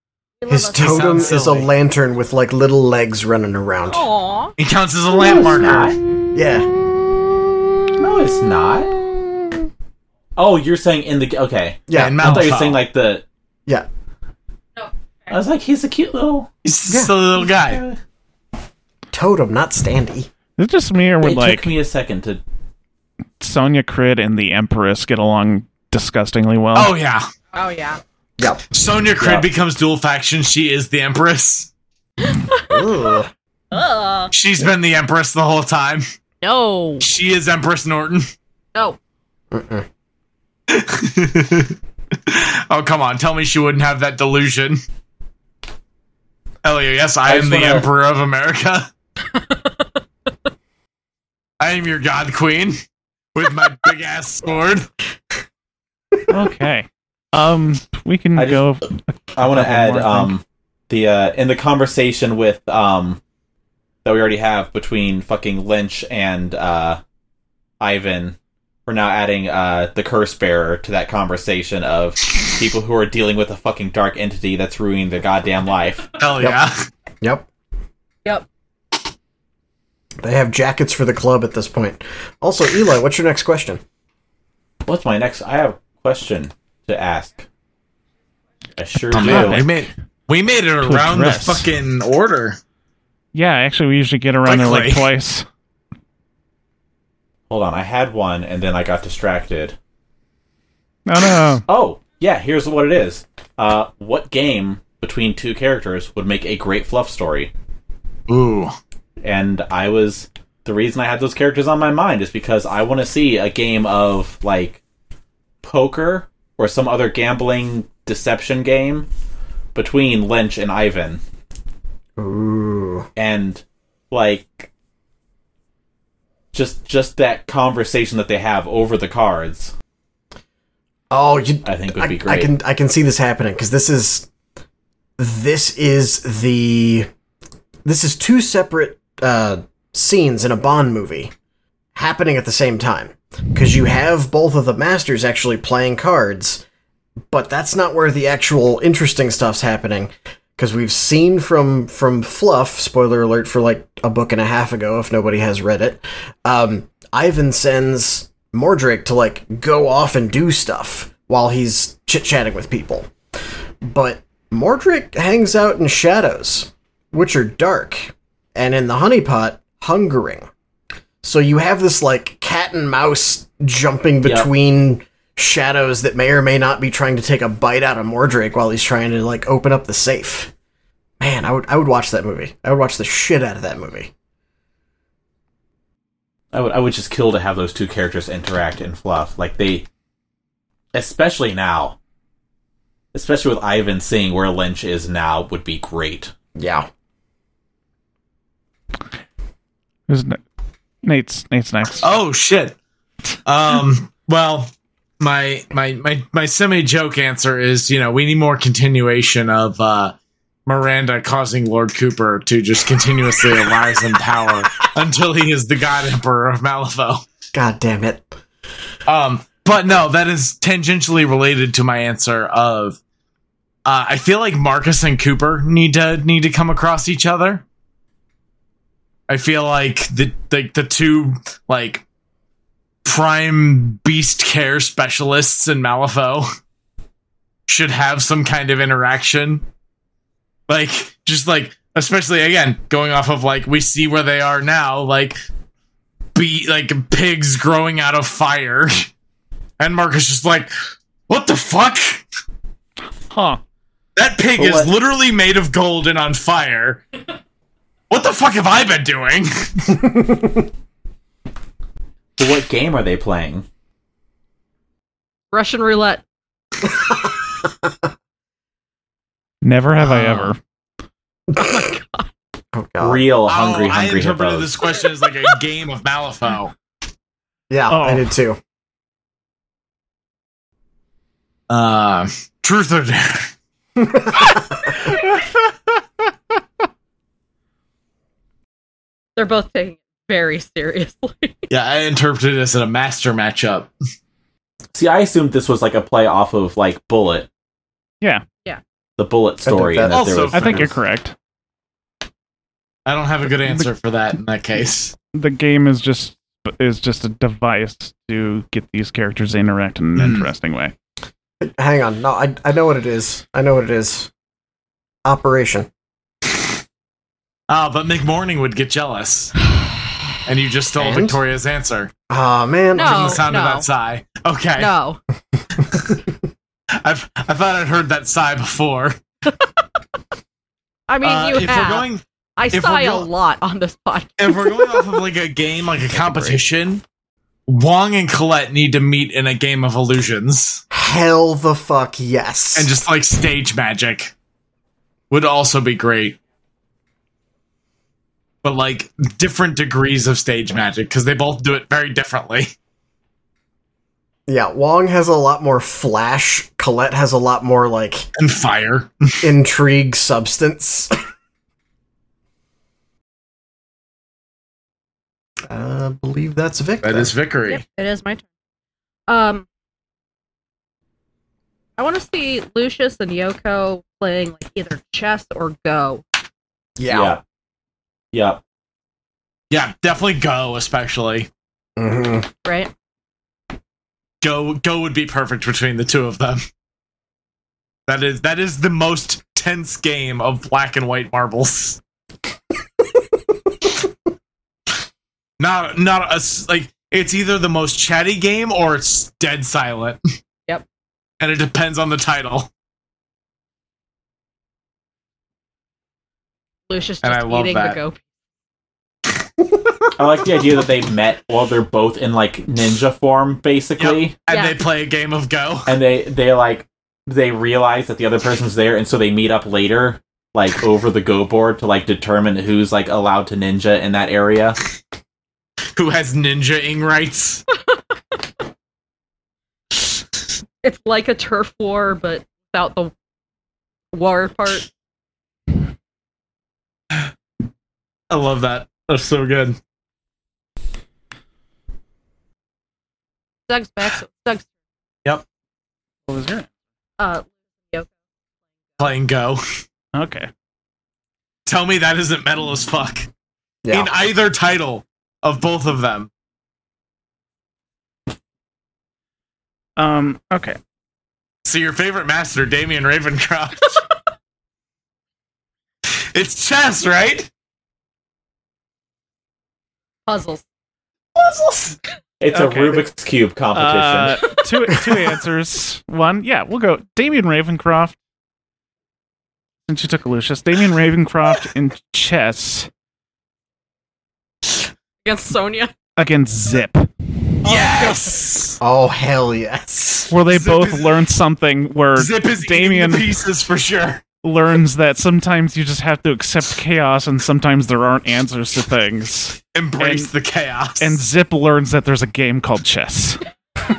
his totem sounds is a silly. lantern with like little legs running around. Oh. Aw. He counts as a lamp marker. Yeah, No, it's not. Oh, you're saying in the okay? yeah, And I thought you were Malifaux. saying like the. yeah. I was like, he's a cute little. He's a silly little guy. Totem, not standy. It's just me or would it like took me a second to. Sonya Crid and the Empress get along disgustingly well. Oh yeah. Oh yeah. Yep. Sonia Crid Yeah. becomes dual faction. She is the Empress. Ugh. Ugh. She's been the Empress the whole time. No. She is Empress Norton. No. oh come on, tell me she wouldn't have that delusion. Elio, yes, I, I am just the wanna- Emperor of America. I am your God Queen with my big ass sword. okay. Um, we can I just- go. I want to Couple add more, I um the uh in the conversation with um that we already have between fucking Lynch and uh Ivan. We're now adding uh the curse bearer to that conversation of people who are dealing with a fucking dark entity that's ruining their goddamn life. Hell Yep. yeah. Yep. Yep. They have jackets for the club at this point. Also, Eli, what's your next question? What's my next? I have a question to ask. I sure do. Um, Yeah, we made we made it around the address. fucking order. Yeah, actually, we usually get around there like Quickly. twice. Hold on, I had one and then I got distracted. No, no. Oh, yeah, here's what it is. Uh, what game between two characters would make a great fluff story? Ooh. And I was. The reason I had those characters on my mind is because I want to see a game of, like, poker or some other gambling deception game between Lynch and Ivan. Ooh. And, like. Just, just that conversation that they have over the cards, Oh, you, I think would I, be great. I can I can see this happening because this is this is the this is two separate uh, scenes in a Bond movie happening at the same time because you have both of the masters actually playing cards, but that's not where the actual interesting stuff's happening because we've seen from from fluff spoiler alert for like a book and a half ago if nobody has read it um, ivan sends mordrick to like go off and do stuff while he's chit-chatting with people but mordrick hangs out in shadows which are dark and in the honeypot hungering so you have this like cat and mouse jumping between shadows that may or may not be trying to take a bite out of mordrick while he's trying to like open up the safe Man, I would I would watch that movie. I would watch the shit out of that movie. I would I would just kill to have those two characters interact in fluff. Like they especially now, especially with Ivan seeing where Lynch is now, would be great. Yeah. Who's ne- Nate's Nate's next. Oh shit. Um. Well, my my my my semi joke answer is you know we need more continuation of uh, Miranda causing Lord Cooper to just continuously arise in power until he is the God Emperor of Malifaux. God damn it. Um, but no, that is tangentially related to my answer of uh, I feel like Marcus and Cooper need to need to come across each other. I feel like the like the two like prime beast care specialists in Malifaux should have some kind of interaction. Like just like especially again going off of like we see where they are now like be like pigs growing out of fire. And Marcus is like, what the fuck? Huh. That pig But is what- literally made of gold and on fire. What the fuck have I been doing? But what game are they playing? Russian roulette. Never have I Oh. ever. Oh god. Real hungry, oh, I hungry interpreted hippos. this question as like a game of Malifaux. yeah, I Oh. did too. Uh, truth or dare? They're both taking it very seriously. Yeah, I interpreted this as a master matchup. See, I assumed this was like a play off of like Bullet. Yeah. Yeah. The Bullet story. that and that there also was- I think Fair. you're correct. I don't have a good answer for that in that case. The game is just is just a device to get these characters to interact in an Mm. interesting way. Hang on. No, I I know what it is. I know what it is. Operation. Ah, but McMorning would get jealous. And you just stole And? Victoria's answer Ah man. from Oh, No. the sound no. of that sigh. Okay. No. I've, I thought I'd heard that sigh before. I mean, Uh, you if have. we're going, I we're sigh a go- lot on this podcast. if we're going off of like a game, like a competition, Wong and Colette need to meet in a game of illusions Hell the fuck yes. and just like stage magic would also be great. But like different degrees of stage magic because they both do it very differently. yeah, Wong has a lot more flash. Colette has a lot more like And fire. intrigue substance. I believe that's Vic. That then. is Vickery. Yep, it is my turn. Um, I want to see Lucius and Yoko playing like either chess or Go. yeah. Yeah. Yeah. Yeah, definitely go, especially. Mhm. Right? Go go would be perfect between the two of them. That is that is the most tense game of black and white marbles. not not a s- like it's either the most chatty game or it's dead silent. Yep. And it depends on the title. Lucius And just I love eating that. the Go. I like the idea that they met while they're both in like ninja form, basically. And Yeah. they play a game of go. and they they like they realize that the other person's there and so they meet up later like over the go board to like determine who's like allowed to ninja in that area Who has ninja-ing rights? It's like a turf war, but without the war part. I love that. That's so good. Doug's back. So Doug's What was your uh, Playing go. Okay. Tell me that isn't metal as fuck. Yeah. in either title of both of them. Um okay. So your favorite master, Damien Ravencroft. it's chess, right? puzzles. Puzzles. it's Okay. a rubik's cube competition Uh, two two answers. One, yeah, we'll go Damien Ravencroft. Since you took Lucius, Damien Ravencroft in chess Against Sonia. against Zip. Yes. Oh hell yes. Where they Zip both is- learn something where Zip is Damien- Damien pieces for sure. learns that sometimes you just have to accept chaos and sometimes there aren't answers to things. Embrace And- the chaos. And Zip learns that there's a game called chess. oh,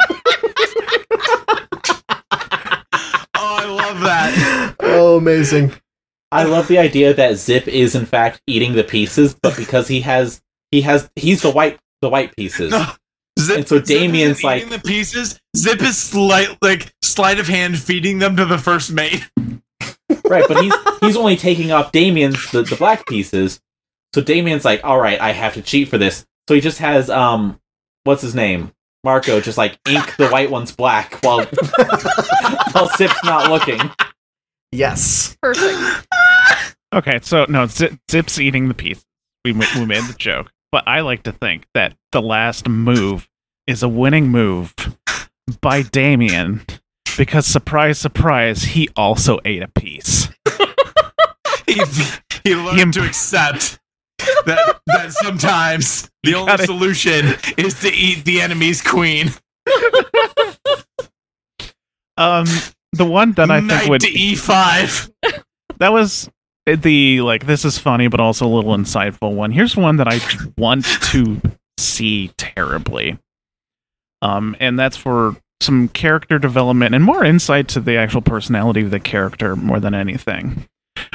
I love that. oh amazing. I love the idea that Zip is in fact eating the pieces, but because he has he has he's the white the white pieces. No. Zip, And so Zip isn't Damien's like- eating the pieces. Zip is slight like sleight of hand feeding them to the first mate. right, but he's he's only taking off Damien's the, the black pieces. So Damien's like, all right, I have to cheat for this. So he just has um what's his name? Marco just like ink the white ones black while while Zip's not looking. Yes. Perfect. Okay, so no, Zip, Zip's eating the piece. We ma- we made the joke, but I like to think that the last move is a winning move by Damien because surprise, surprise, he also ate a piece. He, he learned He em- to accept that that sometimes the only gotta- solution is to eat the enemy's queen. Um, the one that I Knight think would to e e5. that was the like this is funny but also a little insightful one here's one that i want to see terribly um and that's for some character development and more insight to the actual personality of the character more than anything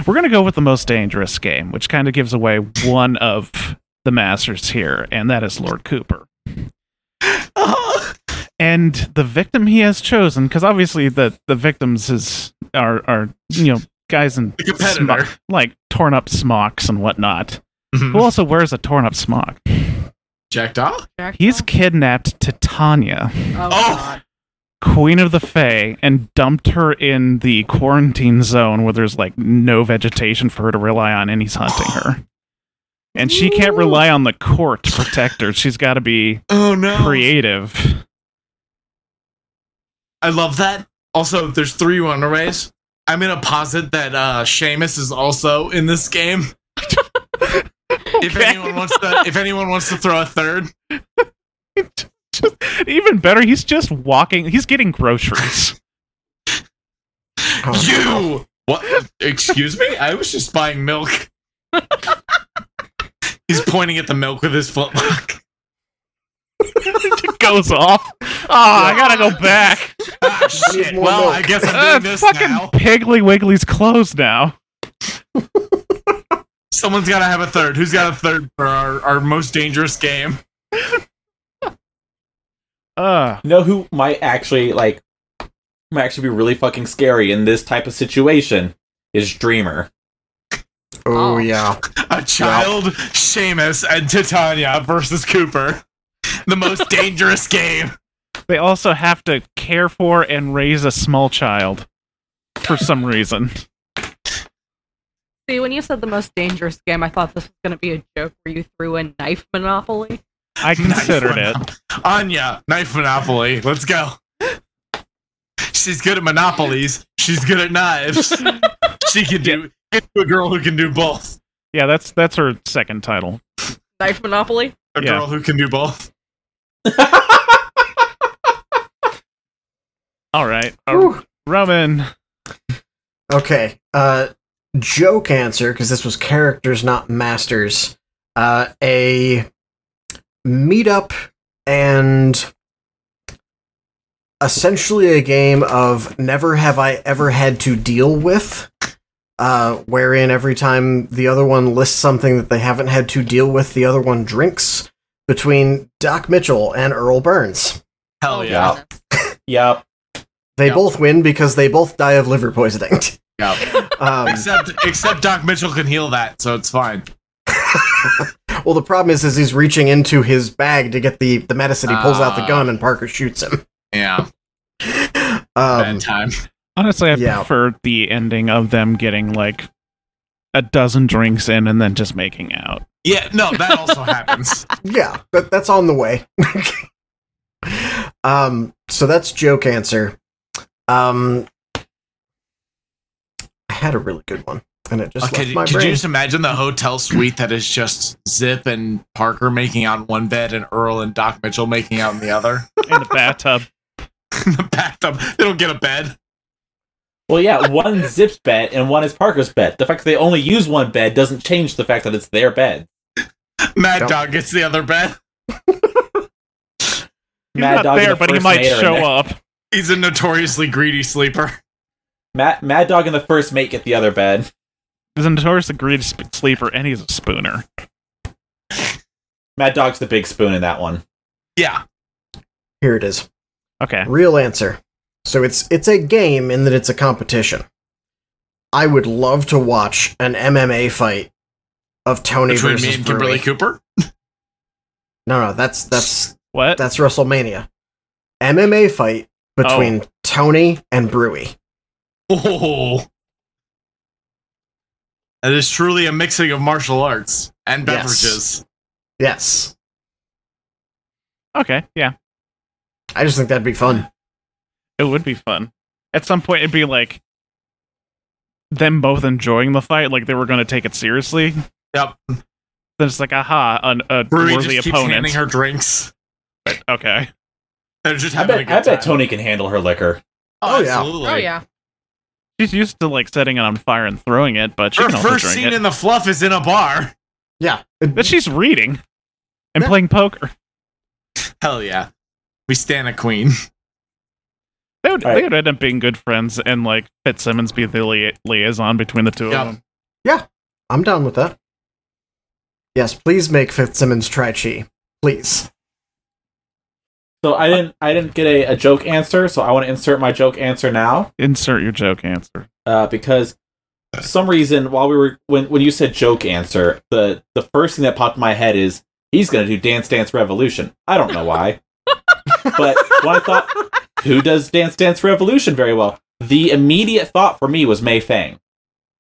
we're going to go with the most dangerous game which kind of gives away one of the masters here and that is lord cooper and the victim he has chosen because obviously the the victims is are are you know guys in The competitor. smo- like torn up smocks and whatnot Mhm. who also wears a torn up smock Jackdaw? he's kidnapped titania Oh, Oh, queen of the fae and dumped her in the quarantine zone where there's like no vegetation for her to rely on and he's hunting her and she can't rely on the court to protect her she's got to be oh no. creative I love that. Also, there's three runaways. I'm gonna posit that uh Seamus is also in this game. If anyone wants to if anyone wants to throw a third. Just- even better he's just walking he's getting groceries Oh, You what excuse me? I was just buying milk. He's pointing at the milk with his footlock. it goes off oh i gotta go back Ah, I need shit. more Well, milk. I guess Uh, I'm doing this fucking now. piggly wiggly's closed now Someone's gotta have a third. Who's got a third for our, our most dangerous game? uh You know who might actually like might actually be really fucking scary in this type of situation is Dreamer. Oh yeah. A child, Seamus, and Titania versus Cooper. The most dangerous game. they also have to care for and raise a small child for some reason See, when you said the most dangerous game, I thought this was going to be a joke where you threw in knife monopoly. i considered it Anya, knife monopoly. Let's go. She's good at monopolies. She's good at knives. She can do get to a girl who can do both. yeah that's that's her second title Knife monopoly. A Yeah. girl who can do both. all right Uh, Oh, Whew. roman Okay. Uh joke answer because this was characters not masters. Uh a meetup and essentially a game of never have I ever had to deal with. Uh, wherein every time the other one lists something that they haven't had to deal with, the other one drinks between Doc Mitchell and Earl Burns. Oh, Hell yeah. yep. They Yeah. both win because they both die of liver poisoning. Um, Except except Doc Mitchell can heal that, so it's fine. well, the problem is, is he's reaching into his bag to get the the medicine. He pulls out the Ah. gun, and Parker shoots him. Yeah. Um, bad time. honestly i Yeah. preferred the ending of them getting like a dozen drinks in and then just making out Yeah, no, that also happens. yeah, that, that's on the way. um, so that's joke answer. Um, I had a really good one. and it just Uh, could left my could you brain. just imagine the hotel suite that is just Zip and Parker making out in one bed and Earl and Doc Mitchell making out in the other? in the bathtub. in the bathtub. They don't get a bed. Well, yeah, one Zip's bed and one is Parker's bed. The fact that they only use one bed doesn't change the fact that it's their bed. Mad Don't- Dog gets the other bed. He's Mad not Dog and there, the but he first might mate are in show there. up. He's a notoriously greedy sleeper. Mad, Mad Dog and the first mate get the other bed. He's a notoriously greedy sp- sleeper, and he's a spooner. Mad Dog's the big spoon in that one. Yeah. Here it is. Okay. Real answer. So it's it's a game in that it's a competition. I would love to watch an MMA fight of Tony Between versus me and Kimberly Brody. Cooper. No, no, that's that's What? that's WrestleMania. MMA fight between Tony and Brewy. Oh. That is truly a mixing of martial arts and Yes. beverages. Yes, Okay. Yeah. I just think that'd be fun. It would be fun. At some point, it'd be like them both enjoying the fight, like they were going to take it seriously. Yep. Then it's like, aha, an, a Brewery just worthy keeps opponent. handing her drinks. But, okay. They're just I having bet, a I good time. bet Tony can handle her liquor. Oh, yeah. absolutely. oh yeah. She's used to like setting it on fire and throwing it, but she Her can also first drink scene it. in the fluff is in a bar. Yeah, But she's reading and Yeah. playing poker. Hell yeah. We stand a queen. They would, Right. they would end up being good friends, and like Fitzsimmons be the lia- liaison between the two Yep. of them. I'm down with that. Yes, please make Fitzsimmons try chi, please. So I didn't I didn't get a, a joke answer, so I want to insert my joke answer now. Insert your joke answer. uh, because for some reason while we were when when you said joke answer the the first thing that popped in my head is he's gonna do dance dance revolution i don't know why but when i thought who does dance dance revolution very well the immediate thought for me was may fang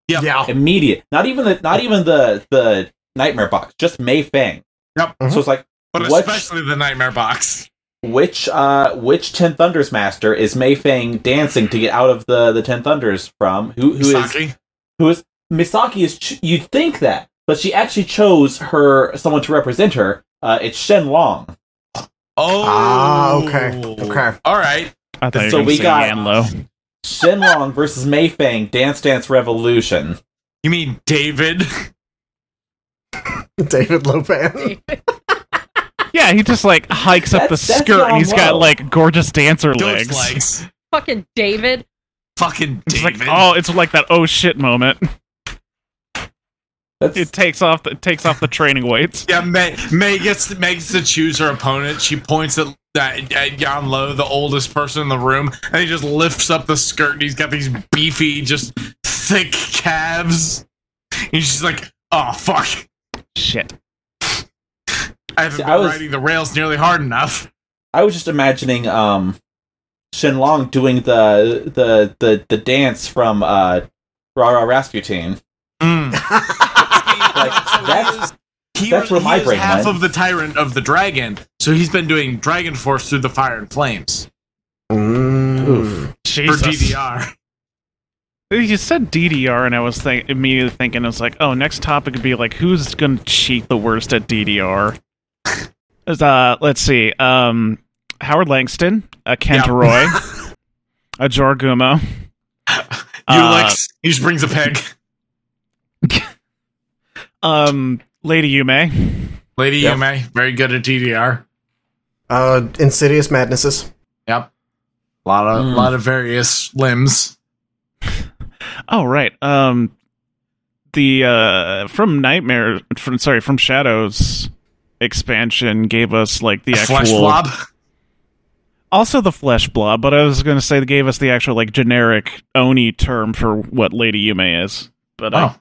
Yep. Yeah, immediate not even the not even the the nightmare box just may fang Yep. so it's like But What- especially the Nightmare Box. which uh which ten thunders master is may fang dancing to get out of the the ten thunders from who who is Saki. who is Misaki is ch- you'd think that, but she actually chose her someone to represent her. Uh, it's Shen Long. Oh. Ah, okay. Okay. All right. I thought you So were going to we say got- Yanlo. Shen Long versus Mei Fang Dance Dance Revolution. You mean David? David Lopan. Yeah, he just like hikes up the That's- that's skirt, and Yan he's got Lo. like gorgeous dancer Dude's legs. legs. Fucking David. Fucking It's David. like oh, it's like that oh shit moment. That's It takes off the it takes off the training weights. Yeah, May, May gets makes to choose her opponent. She points at, at, at Yan Lo, the oldest person in the room, and he just lifts up the skirt, and he's got these beefy, just thick calves. And she's like, "Oh fuck, Shit. I haven't See, been I was- riding the rails nearly hard enough." I was just imagining um, Shen Long doing the the the the dance from uh, Ra Ra Rasputin. Mm. Like that's He was- That's where he my is brain half went. of the tyrant of the dragon, so he's been doing dragon force through the fire and flames Mm. Oof. Jesus. for DDR. You said DDR, and I was think- immediately thinking, I was like, oh, next topic would be like, who's going to cheat the worst at DDR? It's, uh, let's see. Um, Howard Langston, a Kent Yeah. Roy, a Jorgumo. Uh, Ulix, he just brings a peg. um, Lady Yume. Lady Yep. Yume, very good at DDR. Uh, Insidious Madnesses. Yep. A lot of Mm. lot of various limbs. Oh, right. Um, the uh, from Nightmare, from sorry, from Shadows expansion gave us like the A actual flesh blob. also the flesh blob, but I was going to say they gave us the actual like generic oni term for what Lady Yume is, but uh, Oh,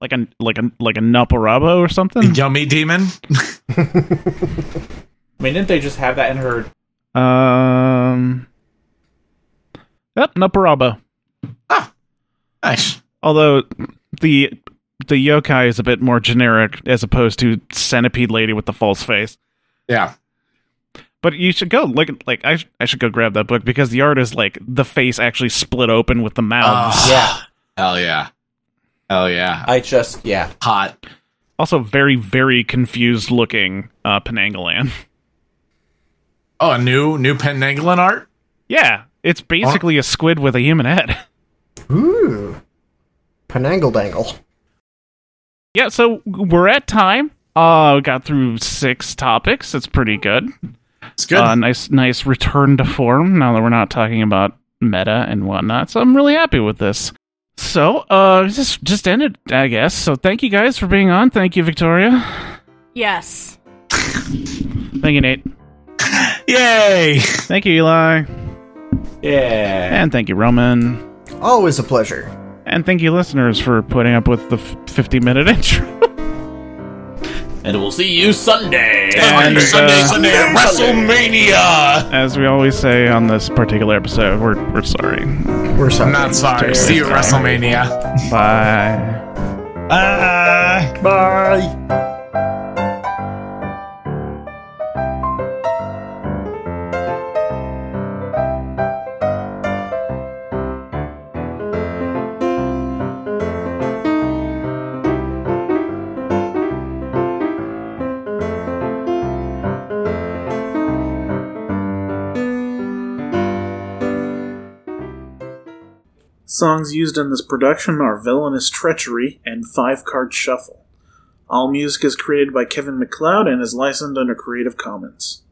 like a like a like a Naparabo or something. yummy demon. I mean, didn't they just have that in her? Um, yep, Naparabo. Nice. Although the the yokai is a bit more generic as opposed to centipede lady with the false face. Yeah. But you should go look at like I sh- I should go grab that book because the art is like the face actually split open with the mouths. Oh. yeah. Hell yeah. Hell yeah. I just yeah. Hot. Also, very, very confused looking uh, Penangalan. Oh, a new new Penangalan art? Yeah, it's basically a squid with a human head. Ooh. Penangle dangle. Yeah, so we're at time. Uh, we got through six topics. That's pretty good. It's good. Uh, nice, nice return to form. Now that we're not talking about meta and whatnot, so I'm really happy with this. So, uh, this just ended, I guess. So, thank you guys for being on. Thank you, Victoria. Yes. Thank you, Nate. Yay! Thank you, Eli. Yeah. And thank you, Roman. Always a pleasure. And thank you, listeners, for putting up with the 50 minute intro. And we'll see you Sunday. And, uh, Sunday, Sunday at WrestleMania! As we always say on this particular episode, we're, we're sorry. We're sorry. I'm not sorry. See you at WrestleMania. Bye. Bye. Bye. Songs used in this production are Villainous Treachery and Five Card Shuffle. All music is created by Kevin McLeod and is licensed under Creative Commons.